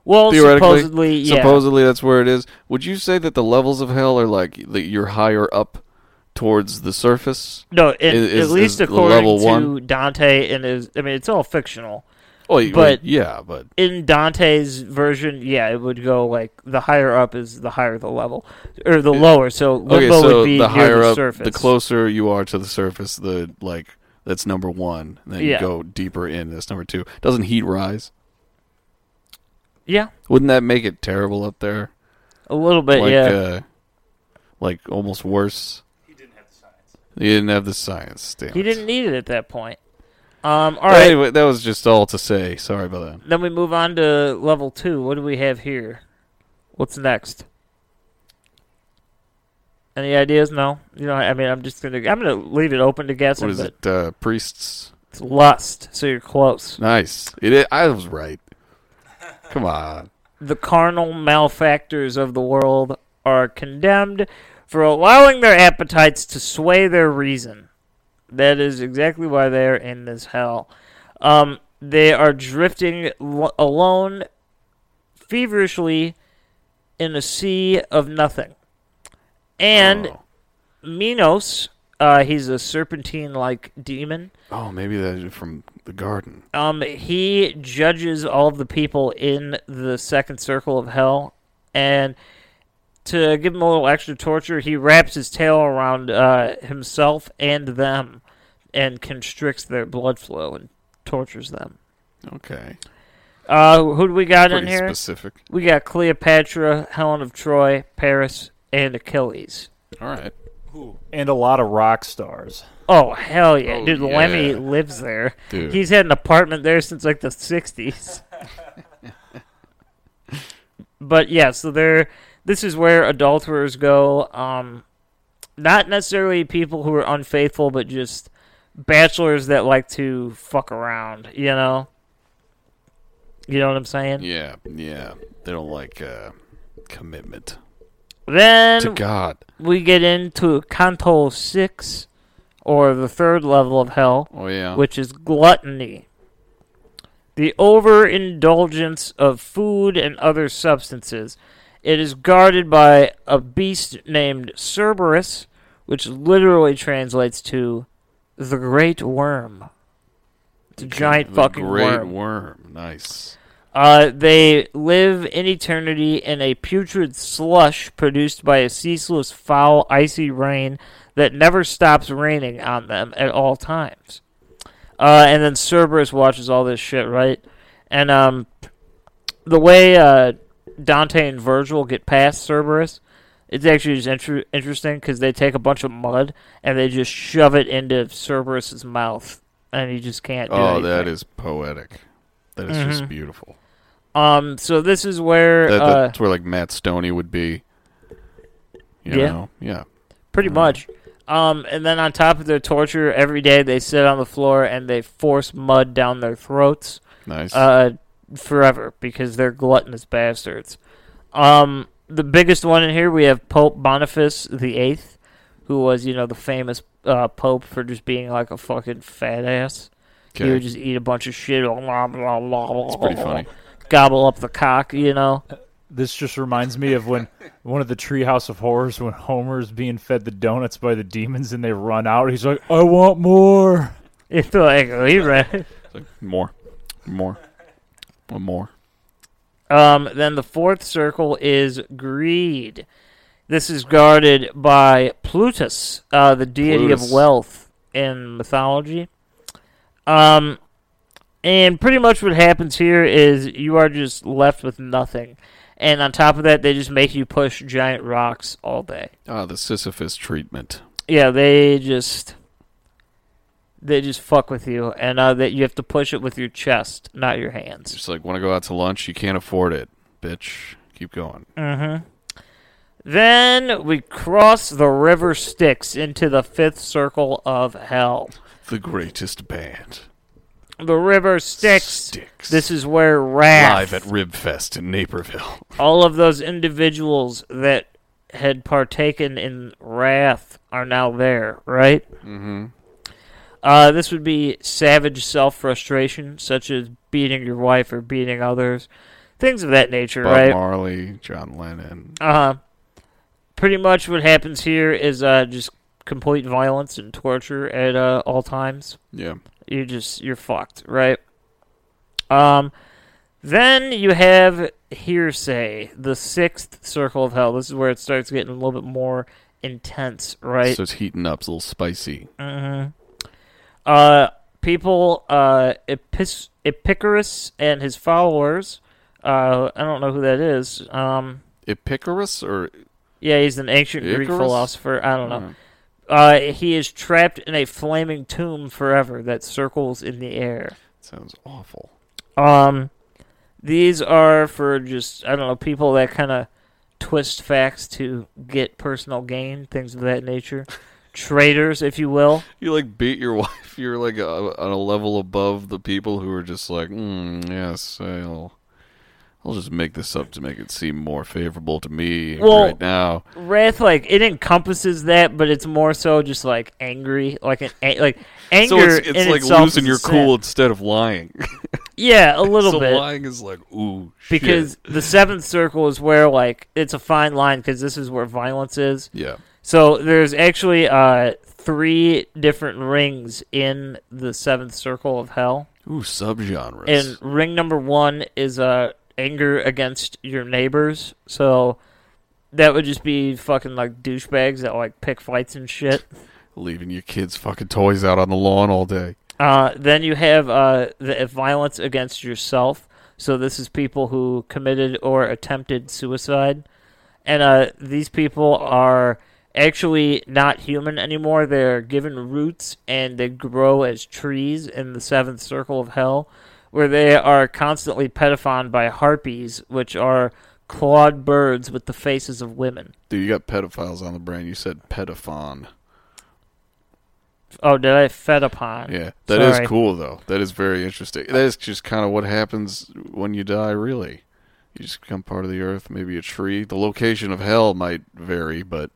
A: Well,
B: Theoretically,
A: supposedly, yeah.
B: supposedly that's where it is. Would you say that the levels of hell are like that you're higher up towards the surface?
A: No, it,
B: is-
A: at least
B: is the
A: according
B: level
A: to
B: one?
A: Dante and his. I mean, it's all fictional.
B: Oh, you-
A: But-
B: yeah, but
A: In Dante's version, yeah, it would go like the higher up is the higher the level, or the lower. So limbo
B: okay. So
A: would be
B: the
A: near
B: higher
A: the
B: up,
A: surface.
B: the closer you are to the surface, the like that's number one. And then you
A: Yeah.
B: go deeper in. That's number two. Doesn't heat rise?
A: yeah,
B: Wouldn't that make it terrible up there?
A: a little bit.
B: like
A: yeah,
B: uh, like almost worse. He didn't have the science. He didn't have the science. Damn
A: he
B: it.
A: didn't need it at that point. Um, all right.
B: Anyway, that was just all to say. Sorry about that.
A: Then we move on to level two. What do we have here? What's next? Any ideas? No. You know, I mean, I'm just gonna I'm gonna leave it open to guessing,
B: What is
A: but
B: it? Uh, priests.
A: it's lust. So you're close.
B: Nice. It. i- I was right. Come on.
A: the carnal malefactors of the world are condemned for allowing their appetites to sway their reason. That is exactly why they are in this hell. Um, they are drifting lo- alone, feverishly, in a sea of nothing. And Minos, uh, he's a serpentine like demon.
B: Oh, maybe that's from the garden.
A: Um, he judges all of the people in the second circle of hell, and to give him a little extra torture, he wraps his tail around uh, himself and them, and constricts their blood flow and tortures them.
B: Okay.
A: Uh, who do we got in
B: Pretty
A: here?
B: specific.
A: We got Cleopatra, Helen of Troy, Paris, and Achilles.
B: All right.
C: and a lot of rock stars.
A: Oh hell yeah,
B: Oh,
A: dude!
B: yeah.
A: Lemmy lives there.
B: Dude.
A: He's had an apartment there since like the '60s. but yeah, so there. This is where adulterers go. Um, not necessarily people who are unfaithful, but just bachelors that like to fuck around. You know. You know what I'm saying?
B: Yeah. Yeah. They don't like uh, commitment
A: Then
B: to God.
A: we get into Canto Six, or the third level of hell.
B: Oh yeah.
A: which is gluttony. The overindulgence of food and other substances. It is guarded by a beast named Cerberus, which literally translates to the great worm. It's a giant
B: the
A: fucking
B: great
A: worm.
B: Nice.
A: Uh, they live in eternity in a putrid slush produced by a ceaseless, foul, icy rain that never stops raining on them at all times. Uh, and then Cerberus watches all this shit, right? And um, the way uh, Dante and Virgil get past Cerberus, it's actually just inter- interesting because they take a bunch of mud and they just shove it into Cerberus's mouth, and he just can't. Do
B: Oh,
A: anything.
B: that is poetic. That is
A: Mm-hmm.
B: just beautiful.
A: Um, so this is where
B: That,
A: uh,
B: that's where like Matt Stoney would be. You
A: Yeah.
B: Know? Yeah.
A: pretty
B: Mm.
A: much. Um, and then on top of their torture, every day they sit on the floor and they force mud down their throats
B: Nice.
A: uh, forever because they're gluttonous bastards. Um, the biggest one in here we have Pope Boniface the Eighth, who was you know the famous uh, pope for just being like a fucking fat ass. He
B: Okay.
A: would just eat a bunch of shit. Blah, blah, blah, blah, it's
B: pretty funny.
A: Gobble up the cock, you know.
C: This just reminds me of when one of the Treehouse of Horrors, when Homer's being fed the donuts by the demons and they run out. He's like, I want more.
A: It's like, leave it.
B: It's like, more, more, one more.
A: Um, then the fourth circle is greed. This is guarded by Plutus, uh, the deity of
B: Plutus.
A: wealth in mythology. Um, and pretty much what happens here is you are just left with nothing. And on top of that, they just make you push giant rocks all day.
B: Ah, the Sisyphus treatment.
A: Yeah, they just they just fuck with you, and uh, that you have to push it with your chest, not your hands.
B: Just like want to go out to lunch, you can't afford it, bitch. Keep going.
A: Then we cross the river Styx into the fifth circle of hell.
B: The greatest band
A: The river Styx.
B: Styx.
A: This is where wrath,
B: live at Ribfest in Naperville.
A: all of those individuals that had partaken in wrath are now there, right? Mm-hmm. Uh, this would be savage self frustration, such as beating your wife or beating others, things of that nature,
B: Bob
A: right?
B: Marley, John Lennon.
A: Uh, pretty much what happens here is uh, just complete violence and torture at uh, all times.
B: Yeah.
A: You just you're fucked, right? Um, then you have hearsay, the sixth circle of hell. This is where it starts getting a little bit more intense, right?
B: So it's heating up. It's a little spicy.
A: Uh, people, uh, Epis- Epicorus and his followers. Uh, I don't know who that is. Um,
B: Epicorus or
A: Yeah, he's an ancient Greek
B: Icarus?
A: philosopher. I don't know. Uh, he is trapped in a flaming tomb forever that circles in the air.
B: Sounds awful.
A: Um, these are for just I don't know people that kind of twist facts to get personal gain, things of that nature. Traders, if you will.
B: You like beat your wife. You're like uh on a level above the people who are just like, mm, yes, I'll, I'll just make this up to make it seem more favorable to me
A: Well-
B: right now.
A: Wrath, like it encompasses that, but it's more so just like angry, like an a- like anger.
B: So it's, it's
A: in
B: like
A: itself
B: losing
A: is
B: your
A: a sin.
B: cool instead of lying.
A: Yeah, a little
B: so
A: bit.
B: lying is like, ooh, shit.
A: because the seventh circle is where like it's a fine line because this is where violence is.
B: yeah,
A: So there's actually uh three different rings in the seventh circle of hell,
B: ooh, subgenres.
A: and ring number one is uh anger against your neighbors. So that would just be fucking like douchebags that like pick fights and shit.
B: leaving your kids' fucking toys out on the lawn all day.
A: Uh, then you have uh, the violence against yourself. So this is people who committed or attempted suicide, and uh, these people are actually not human anymore. They're given roots and they grow as trees in the seventh circle of hell, where they are constantly pedophoned by harpies, which are clawed birds with the faces of women.
B: Dude, you got pedophiles on the brain. You said pedophon.
A: Oh, did I fed upon?
B: Yeah, that is
A: Sorry.
B: cool though. That is very interesting. That is just kind of what happens when you die. Really, you just become part of the earth. Maybe a tree. The location of hell might vary, but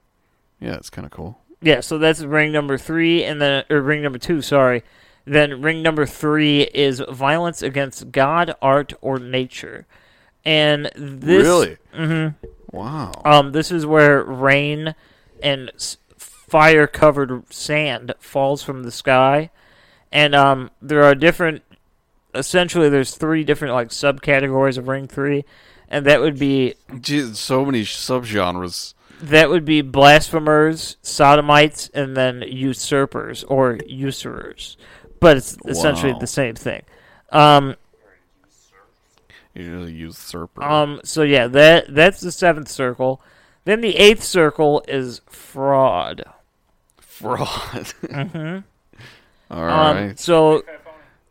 B: yeah, it's kind of cool.
A: Yeah, so that's ring number three, and then or ring number two, sorry. Then ring number three is violence against God, art, or nature, and this
B: really? Mm-hmm. Wow.
A: um this is where rain and s- fire-covered sand falls from the sky, and um there are different. Essentially, there's three different like subcategories of ring three, and that would be
B: Jeez, so many subgenres.
A: that would be blasphemers, sodomites, and then usurpers or usurers. But it's essentially
B: Wow.
A: the same thing. Um,
B: You're just a usurper.
A: um, so yeah, that that's the seventh circle. Then the eighth circle is fraud.
B: fraud. mm-hmm.
A: Um, So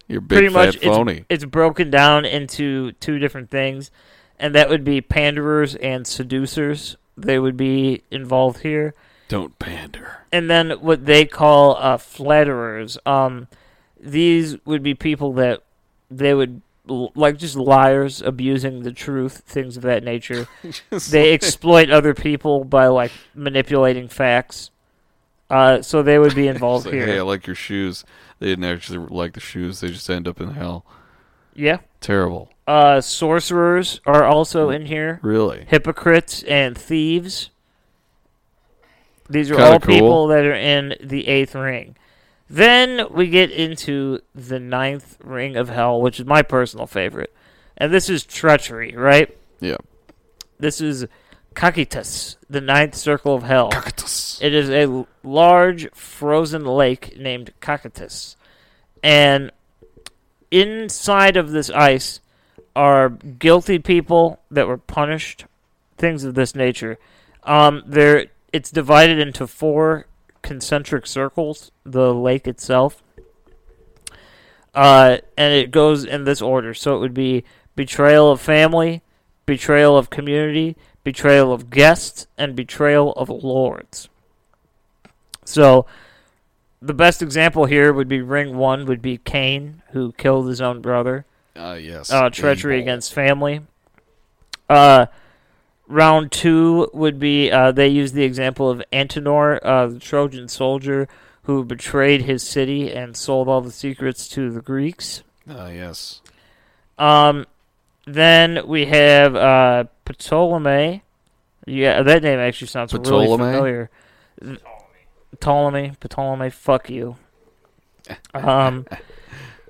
B: you're big
A: pretty
B: fat
A: much it's,
B: phony.
A: it's broken down into two different things, and that would be panderers and seducers. They would be involved here.
B: Don't pander.
A: and then what they call uh, flatterers. Um, these would be people that they would l- like just liars, abusing the truth, things of that nature. they exploit other people by like manipulating facts. Uh, so they would be
B: It's
A: involved
B: like,
A: here.
B: hey, I like your shoes. They didn't actually like the shoes. They just end up in hell.
A: yeah.
B: Terrible.
A: Uh, sorcerers are also in here.
B: Really.
A: Hypocrites and thieves. These are
B: Kinda
A: all
B: cool.
A: people that are in the eighth ring. Then we get into the ninth ring of hell, which is my personal favorite. And this is treachery, right?
B: Yeah.
A: This is Kakitas, the ninth circle of hell. It is a l- large frozen lake named Cocytus. And inside of this ice are guilty people that were punished, things of this nature. Um, there, it's divided into four concentric circles, the lake itself. Uh, and it goes in this order. So it would be betrayal of family, betrayal of community, betrayal of guests, and betrayal of lords. So the best example here would be ring one would be Cain, who killed his own brother.
B: Uh, yes.
A: Uh, treachery
B: Evil.
A: against family. Uh, round two would be uh, they use the example of Antenor, uh, the Trojan soldier who betrayed his city and sold all the secrets to the Greeks.
B: Ah, yes.
A: Um, then we have uh, Ptolemy. Yeah, that name actually sounds really
B: Ptolemy?
A: familiar. Th- Ptolemy, Ptolemy, fuck you. Um,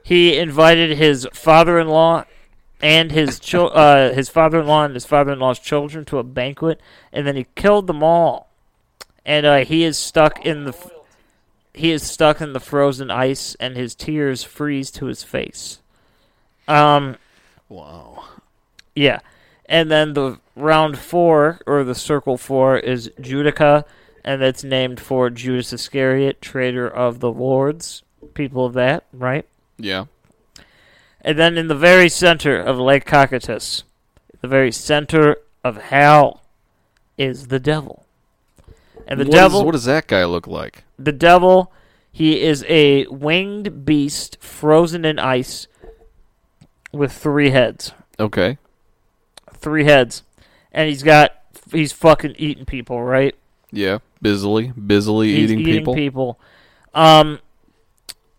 A: he invited his father-in-law and his chil- uh, his father-in-law and his father-in-law's children to a banquet, and then he killed them all. And uh, he is stuck in the f- he is stuck in the frozen ice, and his tears freeze to his face. Um,
B: Wow.
A: yeah. And then the round four, or the circle four, is Judica, and that's named for Judas Iscariot, traitor of the Lord's people of that, right?
B: Yeah.
A: And then in the very center of Lake Cocytus, the very center of hell, is the devil. And the
B: What is-
A: devil,
B: what does that guy look like?
A: the devil, he is a winged beast frozen in ice with three heads.
B: Okay.
A: Three heads. And he's got, he's fucking eating people, right?
B: Yeah. Busily, busily
A: He's
B: eating, people.
A: Um,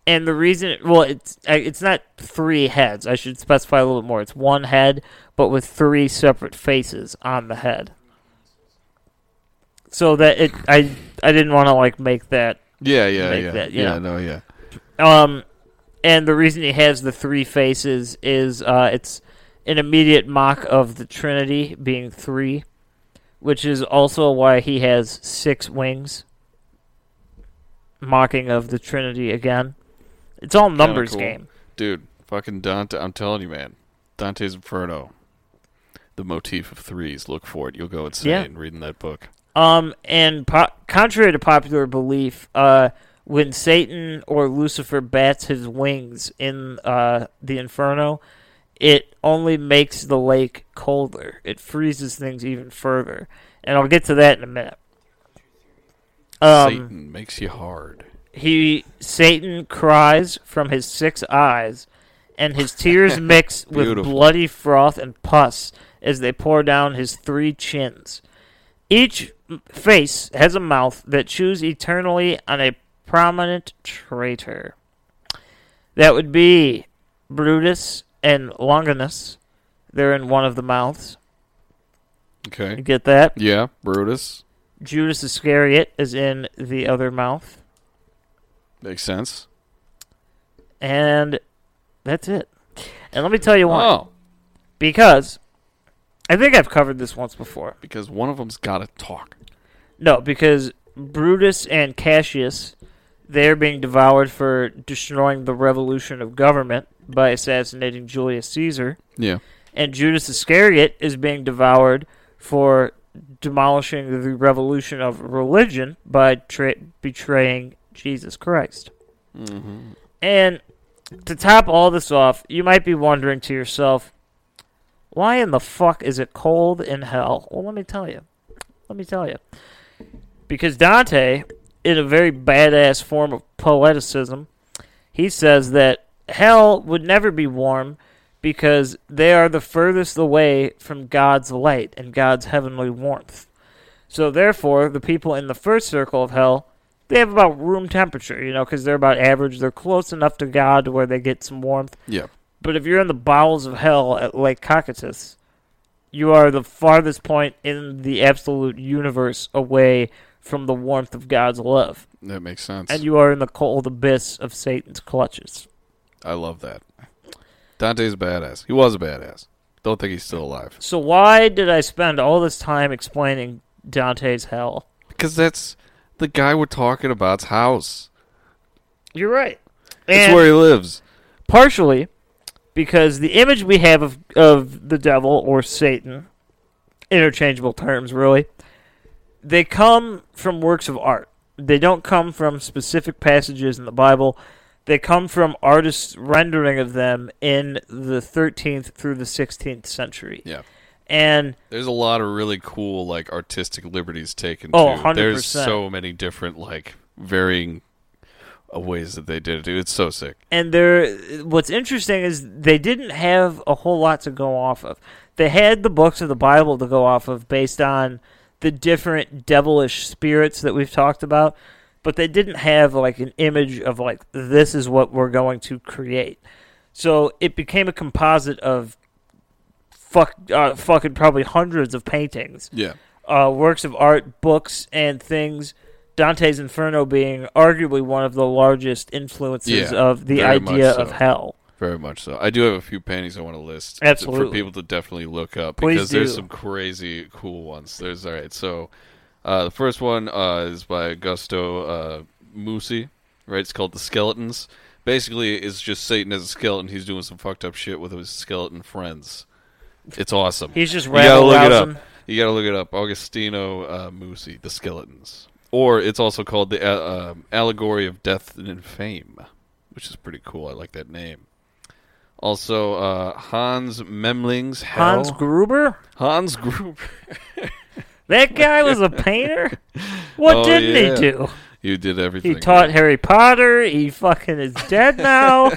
A: and the reason, well, it's uh, it's not three heads. I should specify a little bit more. It's one head, but with three separate faces on the head. So that it, I I didn't want to like make that
B: Yeah, yeah,
A: Make
B: yeah.
A: that,
B: yeah.
A: yeah.
B: no, yeah.
A: um, and the reason he has the three faces is uh, it's an immediate mock of the Trinity being three, which is also why he has six wings. Mocking of the Trinity again. It's all numbers
B: cool.
A: game.
B: Dude, fucking Dante, I'm telling you, man. Dante's Inferno. The motif of threes. Look for it. You'll go insane
A: Yeah.
B: reading that book.
A: Um, and po- contrary to popular belief, uh, when Satan or Lucifer bats his wings in uh, the inferno, it only makes the lake colder. It freezes things even further, and I'll get to that in a minute. Um,
B: Satan makes you hard.
A: he Satan cries from his six eyes, and his tears mix with
B: Beautiful.
A: bloody froth and pus as they pour down his three chins. Each m- face has a mouth that chews eternally on a prominent traitor. That would be Brutus and Longinus. They're in one of the mouths. You
B: Okay.
A: get that?
B: Yeah, Brutus.
A: Judas Iscariot is in the other mouth.
B: Makes sense.
A: And that's it. And let me tell you why.
B: Oh,
A: Because I think I've covered this once before.
B: because one of them's got to talk.
A: No, because Brutus and Cassius, they're being devoured for destroying the revolution of government by assassinating Julius Caesar.
B: Yeah.
A: And Judas Iscariot is being devoured for demolishing the revolution of religion by tra- betraying Jesus Christ. And to top all this off, you might be wondering to yourself, why in the fuck is it cold in hell? Well, let me tell you. Let me tell you. Because Dante, in a very badass form of poeticism, he says that hell would never be warm because they are the furthest away from God's light and God's heavenly warmth. So therefore, the people in the first circle of hell, they have about room temperature, you know, because they're about average. They're close enough to God where they get some warmth.
B: Yeah.
A: But if you're in the bowels of hell at Lake Cocytus, you are the farthest point in the absolute universe away from the warmth of God's love,
B: That makes sense.
A: and you are in the cold abyss of Satan's clutches.
B: I love that. Dante's a badass. He was a badass. Don't think he's still alive.
A: So why did I spend all this time explaining Dante's hell?
B: Because that's the guy we're talking about's house.
A: You're right.
B: That's where he lives.
A: partially because the image we have of, of the devil or Satan, interchangeable terms really, they come from works of art. They don't come from specific passages in the Bible. They come from artists' rendering of them in the 13th through the 16th century.
B: Yeah.
A: And
B: There's a lot of really cool, like, artistic liberties taken.
A: Oh,
B: too.
A: 100%.
B: There's so many different, like, varying uh, ways that they did it. Dude, it's so sick.
A: and they're what's interesting is they didn't have a whole lot to go off of. They had the books of the Bible to go off of based on the different devilish spirits that we've talked about, but they didn't have like an image of like this is what we're going to create. So it became a composite of fuck uh, fucking probably hundreds of paintings
B: Yeah.
A: uh, works of art, books, and things. Dante's Inferno being arguably one of the largest influences
B: Yeah,
A: of the
B: very much
A: idea
B: so.
A: of hell.
B: Very much so. I do have a few paintings I want to list t-
A: Absolutely.
B: for people to definitely look up
A: Please
B: because there's
A: do.
B: some crazy cool ones. There's all right. So uh, the first one uh, is by Augusto uh, Musi, right? It's called the Skeletons. Basically, it's just Satan as a skeleton. He's doing some fucked up shit with his skeleton friends. It's awesome.
A: He's just
B: You gotta look it
A: rabble-rousing.
B: up. You gotta look it up. Augustino uh, Musi, the Skeletons, or it's also called the uh, um, allegory of death and fame, which is pretty cool. I like that name. Also, uh, Hans Memling's Hell.
A: Hans Gruber?
B: Hans Gruber.
A: That guy was a painter? What
B: Oh,
A: didn't
B: yeah.
A: he do?
B: you did everything.
A: He taught
B: man.
A: Harry Potter. He fucking is dead now.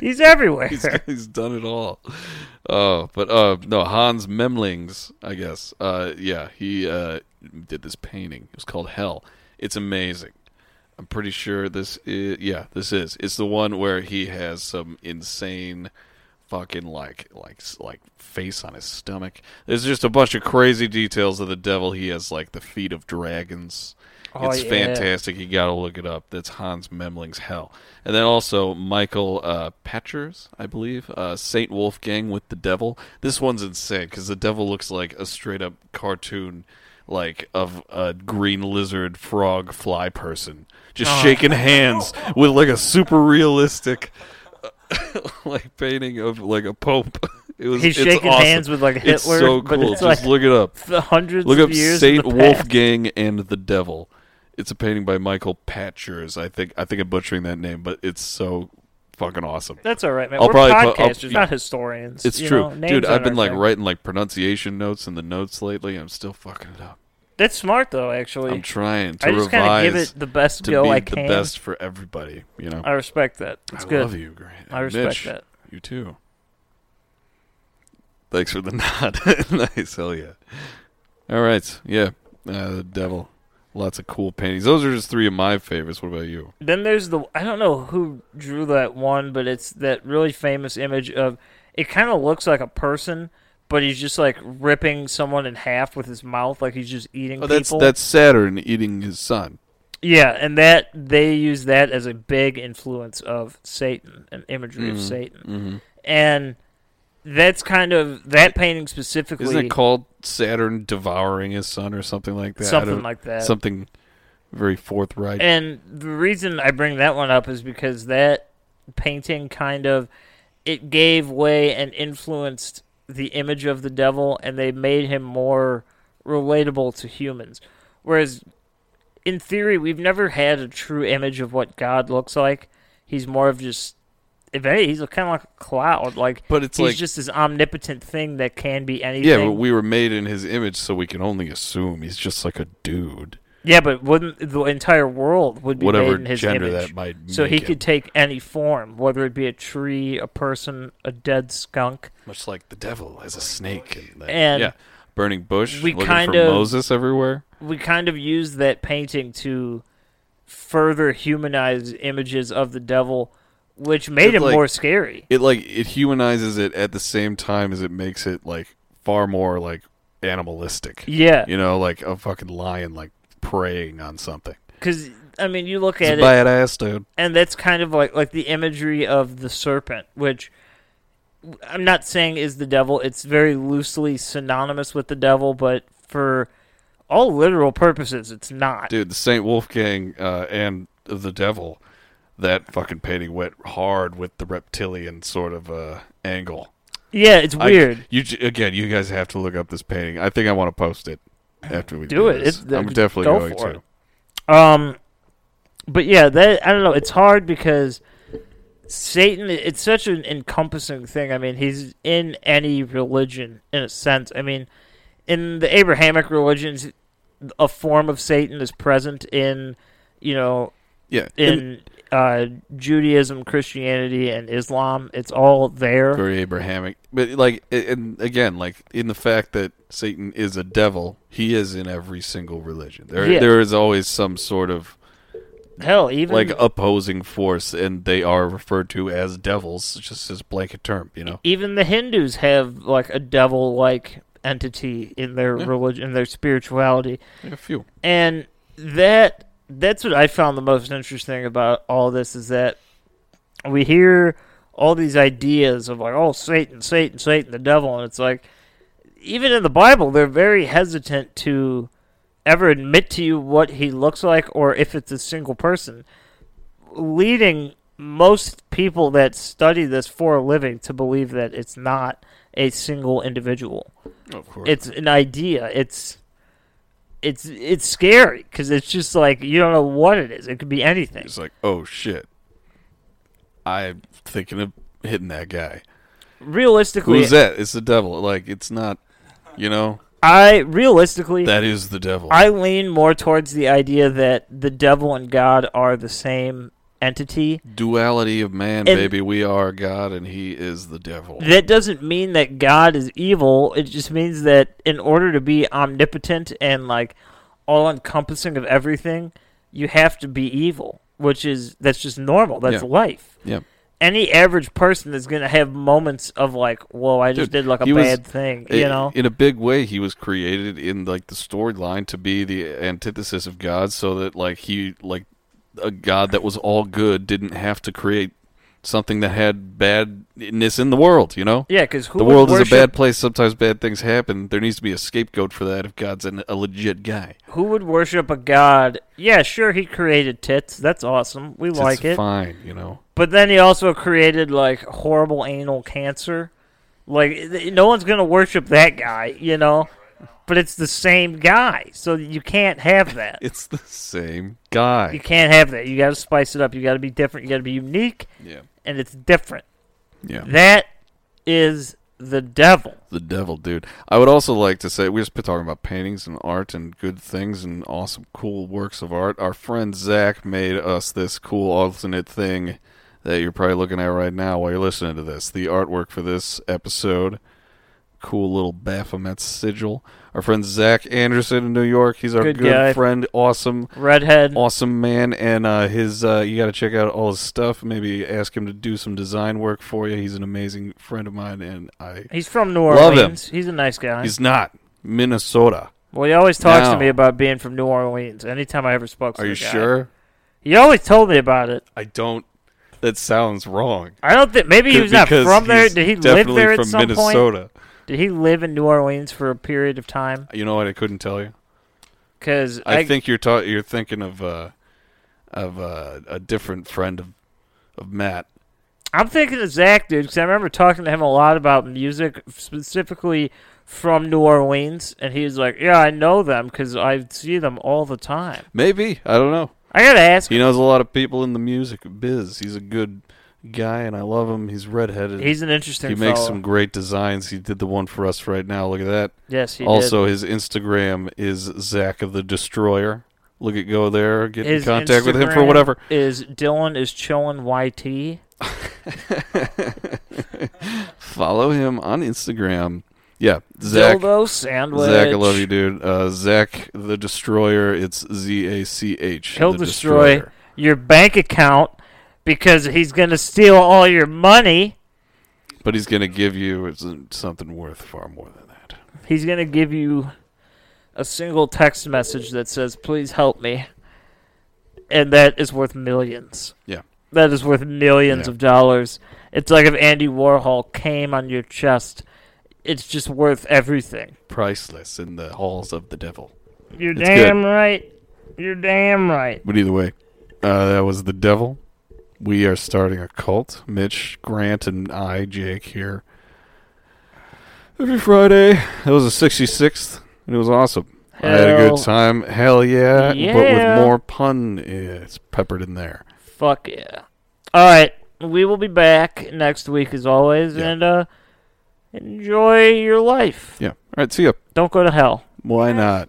A: He's everywhere.
B: he's, he's done it all. Oh, but uh, no, Hans Memlings, I guess. Uh, yeah, he uh, did this painting. It was called Hell. It's amazing. I'm pretty sure this is. Yeah, this is. It's the one where he has some insane, fucking like like like face on his stomach. There's just a bunch of crazy details of the devil. He has like the feet of dragons.
A: Oh,
B: it's
A: yeah.
B: fantastic. You got to look it up. That's Hans Memling's Hell. And then also Michael uh, Petchers, I believe, uh, Saint Wolfgang with the Devil. This one's insane because the devil looks like a straight up cartoon, like of a green lizard, frog, fly person, just
A: Oh.
B: shaking hands with like a super realistic, like painting of like a pope. It was
A: He's
B: it's
A: shaking
B: awesome.
A: hands with, like,
B: It's
A: Hitler,
B: so
A: but
B: cool.
A: it's,
B: just
A: like,
B: look it up.
A: The hundreds
B: Look
A: of
B: up
A: years.
B: Saint
A: in the past.
B: Wolfgang and the Devil. It's a painting by Michael Patchers. I think I think I'm butchering that name, but it's so fucking awesome.
A: That's all right, man.
B: I'll
A: We're
B: probably put- I'll-
A: podcasters, not historians.
B: It's
A: You
B: true,
A: know, names
B: dude. I've
A: aren't
B: been
A: our
B: like
A: thing.
B: writing like pronunciation notes in the notes lately. and I'm still fucking it up.
A: That's smart though, actually.
B: I'm trying to
A: I just kinda
B: revise.
A: give it the best
B: to
A: go
B: be
A: I
B: the
A: can.
B: best for everybody. You know,
A: I respect that. It's
B: I
A: good.
B: love you, Grant.
A: I respect
B: Mitch,
A: that.
B: You too. Thanks for the nod. nice, hell yeah. All right, yeah. Uh, the devil. Lots of cool paintings. Those are just three of my favorites. What about you?
A: Then there's the I don't know who drew that one, but it's that really famous image of it kind of looks like a person, but he's just like ripping someone in half with his mouth, like he's just eating
B: Oh, that's
A: people.
B: that's Saturn eating his son.
A: yeah, and that they use that as a big influence of Satan and imagery
B: Mm-hmm.
A: of Satan, and that's kind of that painting specifically.
B: Isn't it called Saturn devouring his son or something like that? I
A: Something
B: don't-
A: like that.
B: Something very forthright.
A: And the reason I bring that one up is because that painting kind of it gave way and influenced the image of the devil and they made him more relatable to humans. Whereas in theory we've never had a true image of what God looks like. He's more of just if any, he's kind of like a cloud, like
B: But it's
A: he's
B: like-
A: just this omnipotent thing that can be anything.
B: yeah, but we were made in his image, so we can only assume he's just like a dude.
A: Yeah, but wouldn't the entire world would be
B: Whatever
A: made in his
B: gender
A: image.
B: that might
A: so
B: make
A: he
B: him.
A: could take any form, whether it be a tree, a person, a dead skunk.
B: much like the devil as a snake and, the-
A: And
B: yeah, burning bush,
A: we
B: looking
A: kind
B: for
A: of-
B: Moses everywhere.
A: We kind of use that painting to further humanize images of the devil, which made
B: It's
A: him
B: like-
A: more scary.
B: It like it humanizes it at the same time as it makes it like far more like animalistic.
A: Yeah.
B: you know, like a fucking lion like preying on something.
A: Because I mean, you look
B: It's a
A: at it,
B: badass dude.
A: and that's kind of like like the imagery of the serpent, which I'm not saying is the devil. It's very loosely synonymous with the devil, but for all literal purposes, it's not.
B: dude the saint wolfgang uh, and the devil that fucking painting went hard with the reptilian sort of uh, angle
A: Yeah, it's
B: I-
A: weird.
B: you j- again you guys have to look up this painting i think i want to post it after we do,
A: Do it.
B: this.
A: It's-
B: i'm
A: go
B: definitely going
A: for
B: to
A: it. Um, but yeah, that I don't know. It's hard because Satan. It's such an encompassing thing. I mean, he's in any religion in a sense. I mean, in the Abrahamic religions, a form of Satan is present in, you know,
B: yeah and
A: in uh, Judaism, Christianity, and Islam. It's all there.
B: very abrahamic but like a- and again like in the fact that satan is a devil he is in every single religion there
A: Yeah.
B: there is always some sort of
A: Hell, even
B: like uh, opposing force and they are referred to as devils just as blanket term you know
A: even the Hindus have like a devil like entity in their religion in their spirituality.
B: a few
A: And that that's what I found the most interesting about all this is that we hear all these ideas of like, oh Satan, Satan, Satan, the devil, and it's like even in the Bible they're very hesitant to ever admit to you what he looks like or if it's a single person. Leading most people that study this for a living to believe that it's not a single individual
B: of course
A: it's an idea. It's it's it's scary because it's just like you don't know what it is. It could be anything.
B: It's like, oh shit, I'm thinking of hitting that guy.
A: Realistically,
B: Who's that? It's the devil. Like, it's not, you know,
A: I realistically
B: that is the devil.
A: I lean more towards the idea that the devil and God are the same entity.
B: Duality of man,
A: And-
B: baby. We are God, and He is the devil.
A: That doesn't mean that God is evil. It just means that in order to be omnipotent and like all encompassing of everything, you have to be evil, which is that's just normal. That's
B: Yeah.
A: life.
B: Yep.
A: Any average person is going to have moments of like, "Whoa, I just
B: Dude,
A: did like a
B: he was-
A: bad thing,"
B: i-
A: you know.
B: in a big way he was created in like the storyline to be the antithesis of god so that like he like a god that was all good didn't have to create something that had badness in the world you know
A: yeah, because who
B: the
A: would
B: world is a
A: worship-
B: bad place sometimes bad things happen there needs to be a scapegoat for that if god's an, a legit guy
A: Who would worship a god? Yeah, sure, he created tits. That's awesome. We
B: It's
A: like it.
B: fine you know
A: But then he also created like horrible anal cancer. Like th- no one's gonna worship that guy, you know. But it's the same guy, so you can't have that.
B: it's the same
A: You
B: guy
A: can't have that. You got to spice it up. You got to be different. You got to be unique,
B: yeah
A: and it's different.
B: yeah
A: That is the devil.
B: the devil, dude. I would also like to say we're just talking about paintings and art and good things and awesome, cool works of art. Our friend Zach made us this cool alternate thing that you're probably looking at right now while you're listening to this. The artwork for this episode, cool little Baphomet sigil. Our friend Zach Anderson in New York. He's our good,
A: Good guy.
B: friend, awesome
A: Redhead.
B: awesome man and uh, his uh, you got to check out all his stuff maybe ask him to do some design work for you he's an amazing friend of mine and i
A: He's from New
B: Love him.
A: Orleans. He's a nice guy.
B: He's not Minnesota.
A: well, he always talks
B: No.
A: to me about being from New Orleans. Anytime I ever spoke to
B: Are
A: the
B: you
A: guy.
B: sure?
A: He always told me about it.
B: I don't. That sounds wrong.
A: I don't think maybe he was not
B: Because
A: from there.
B: he's
A: Did he live
B: definitely
A: there at
B: from
A: some point?
B: Minnesota.
A: Did he live in New Orleans for a period of time?
B: You know what? I couldn't tell you.
A: Because
B: I, think you're ta- you're thinking of uh, of uh, a different friend of of Matt.
A: I'm thinking of Zach, dude. Because I remember talking to him a lot about music, specifically from New Orleans, and he was like, "Yeah, I know them because I see them all the time."
B: Maybe I don't know.
A: I gotta ask.
B: He
A: him.
B: knows a lot of people in the music biz. He's a good guy, and I love him. He's redheaded.
A: He's an interesting.
B: he makes
A: fella.
B: some great designs. He did the one for us right now. Look at that.
A: Yes, he
B: also, his Instagram is Zach of the Destroyer. Look at go there, get
A: did. His
B: in contact with him for
A: Instagram
B: whatever.
A: Is Dylan is chilling YT?
B: Follow him on Instagram. Yeah, Zach.
A: Dildo sandwich.
B: Zach, I love you, dude. Uh, Zach the Destroyer. It's Z A C H.
A: He'll
B: the
A: destroy your bank account because he's going to steal all your money.
B: But he's gonna give you it's, uh, something worth far more than that.
A: He's going to give you a single text message that says, please help me. And that is worth millions.
B: Yeah,
A: That is worth millions
B: Yeah.
A: of dollars. It's like if Andy Warhol came on your chest. It's just worth everything.
B: priceless in the halls of the devil.
A: You're
B: It's
A: damn
B: good.
A: right. You're damn right.
B: But either way, uh, that was the devil. We are starting a cult. Mitch, Grant, and I, Jake, here every Friday. That was the 66th, and it was awesome. I had a
A: Hell.
B: good time. Hell yeah. But
A: Yeah.
B: with more pun, eh, it's peppered in there.
A: Fuck yeah. All right. We will be back next week as always.
B: Yeah.
A: And uh, enjoy your life.
B: Yeah. All right, see ya.
A: Don't go to hell.
B: Why not?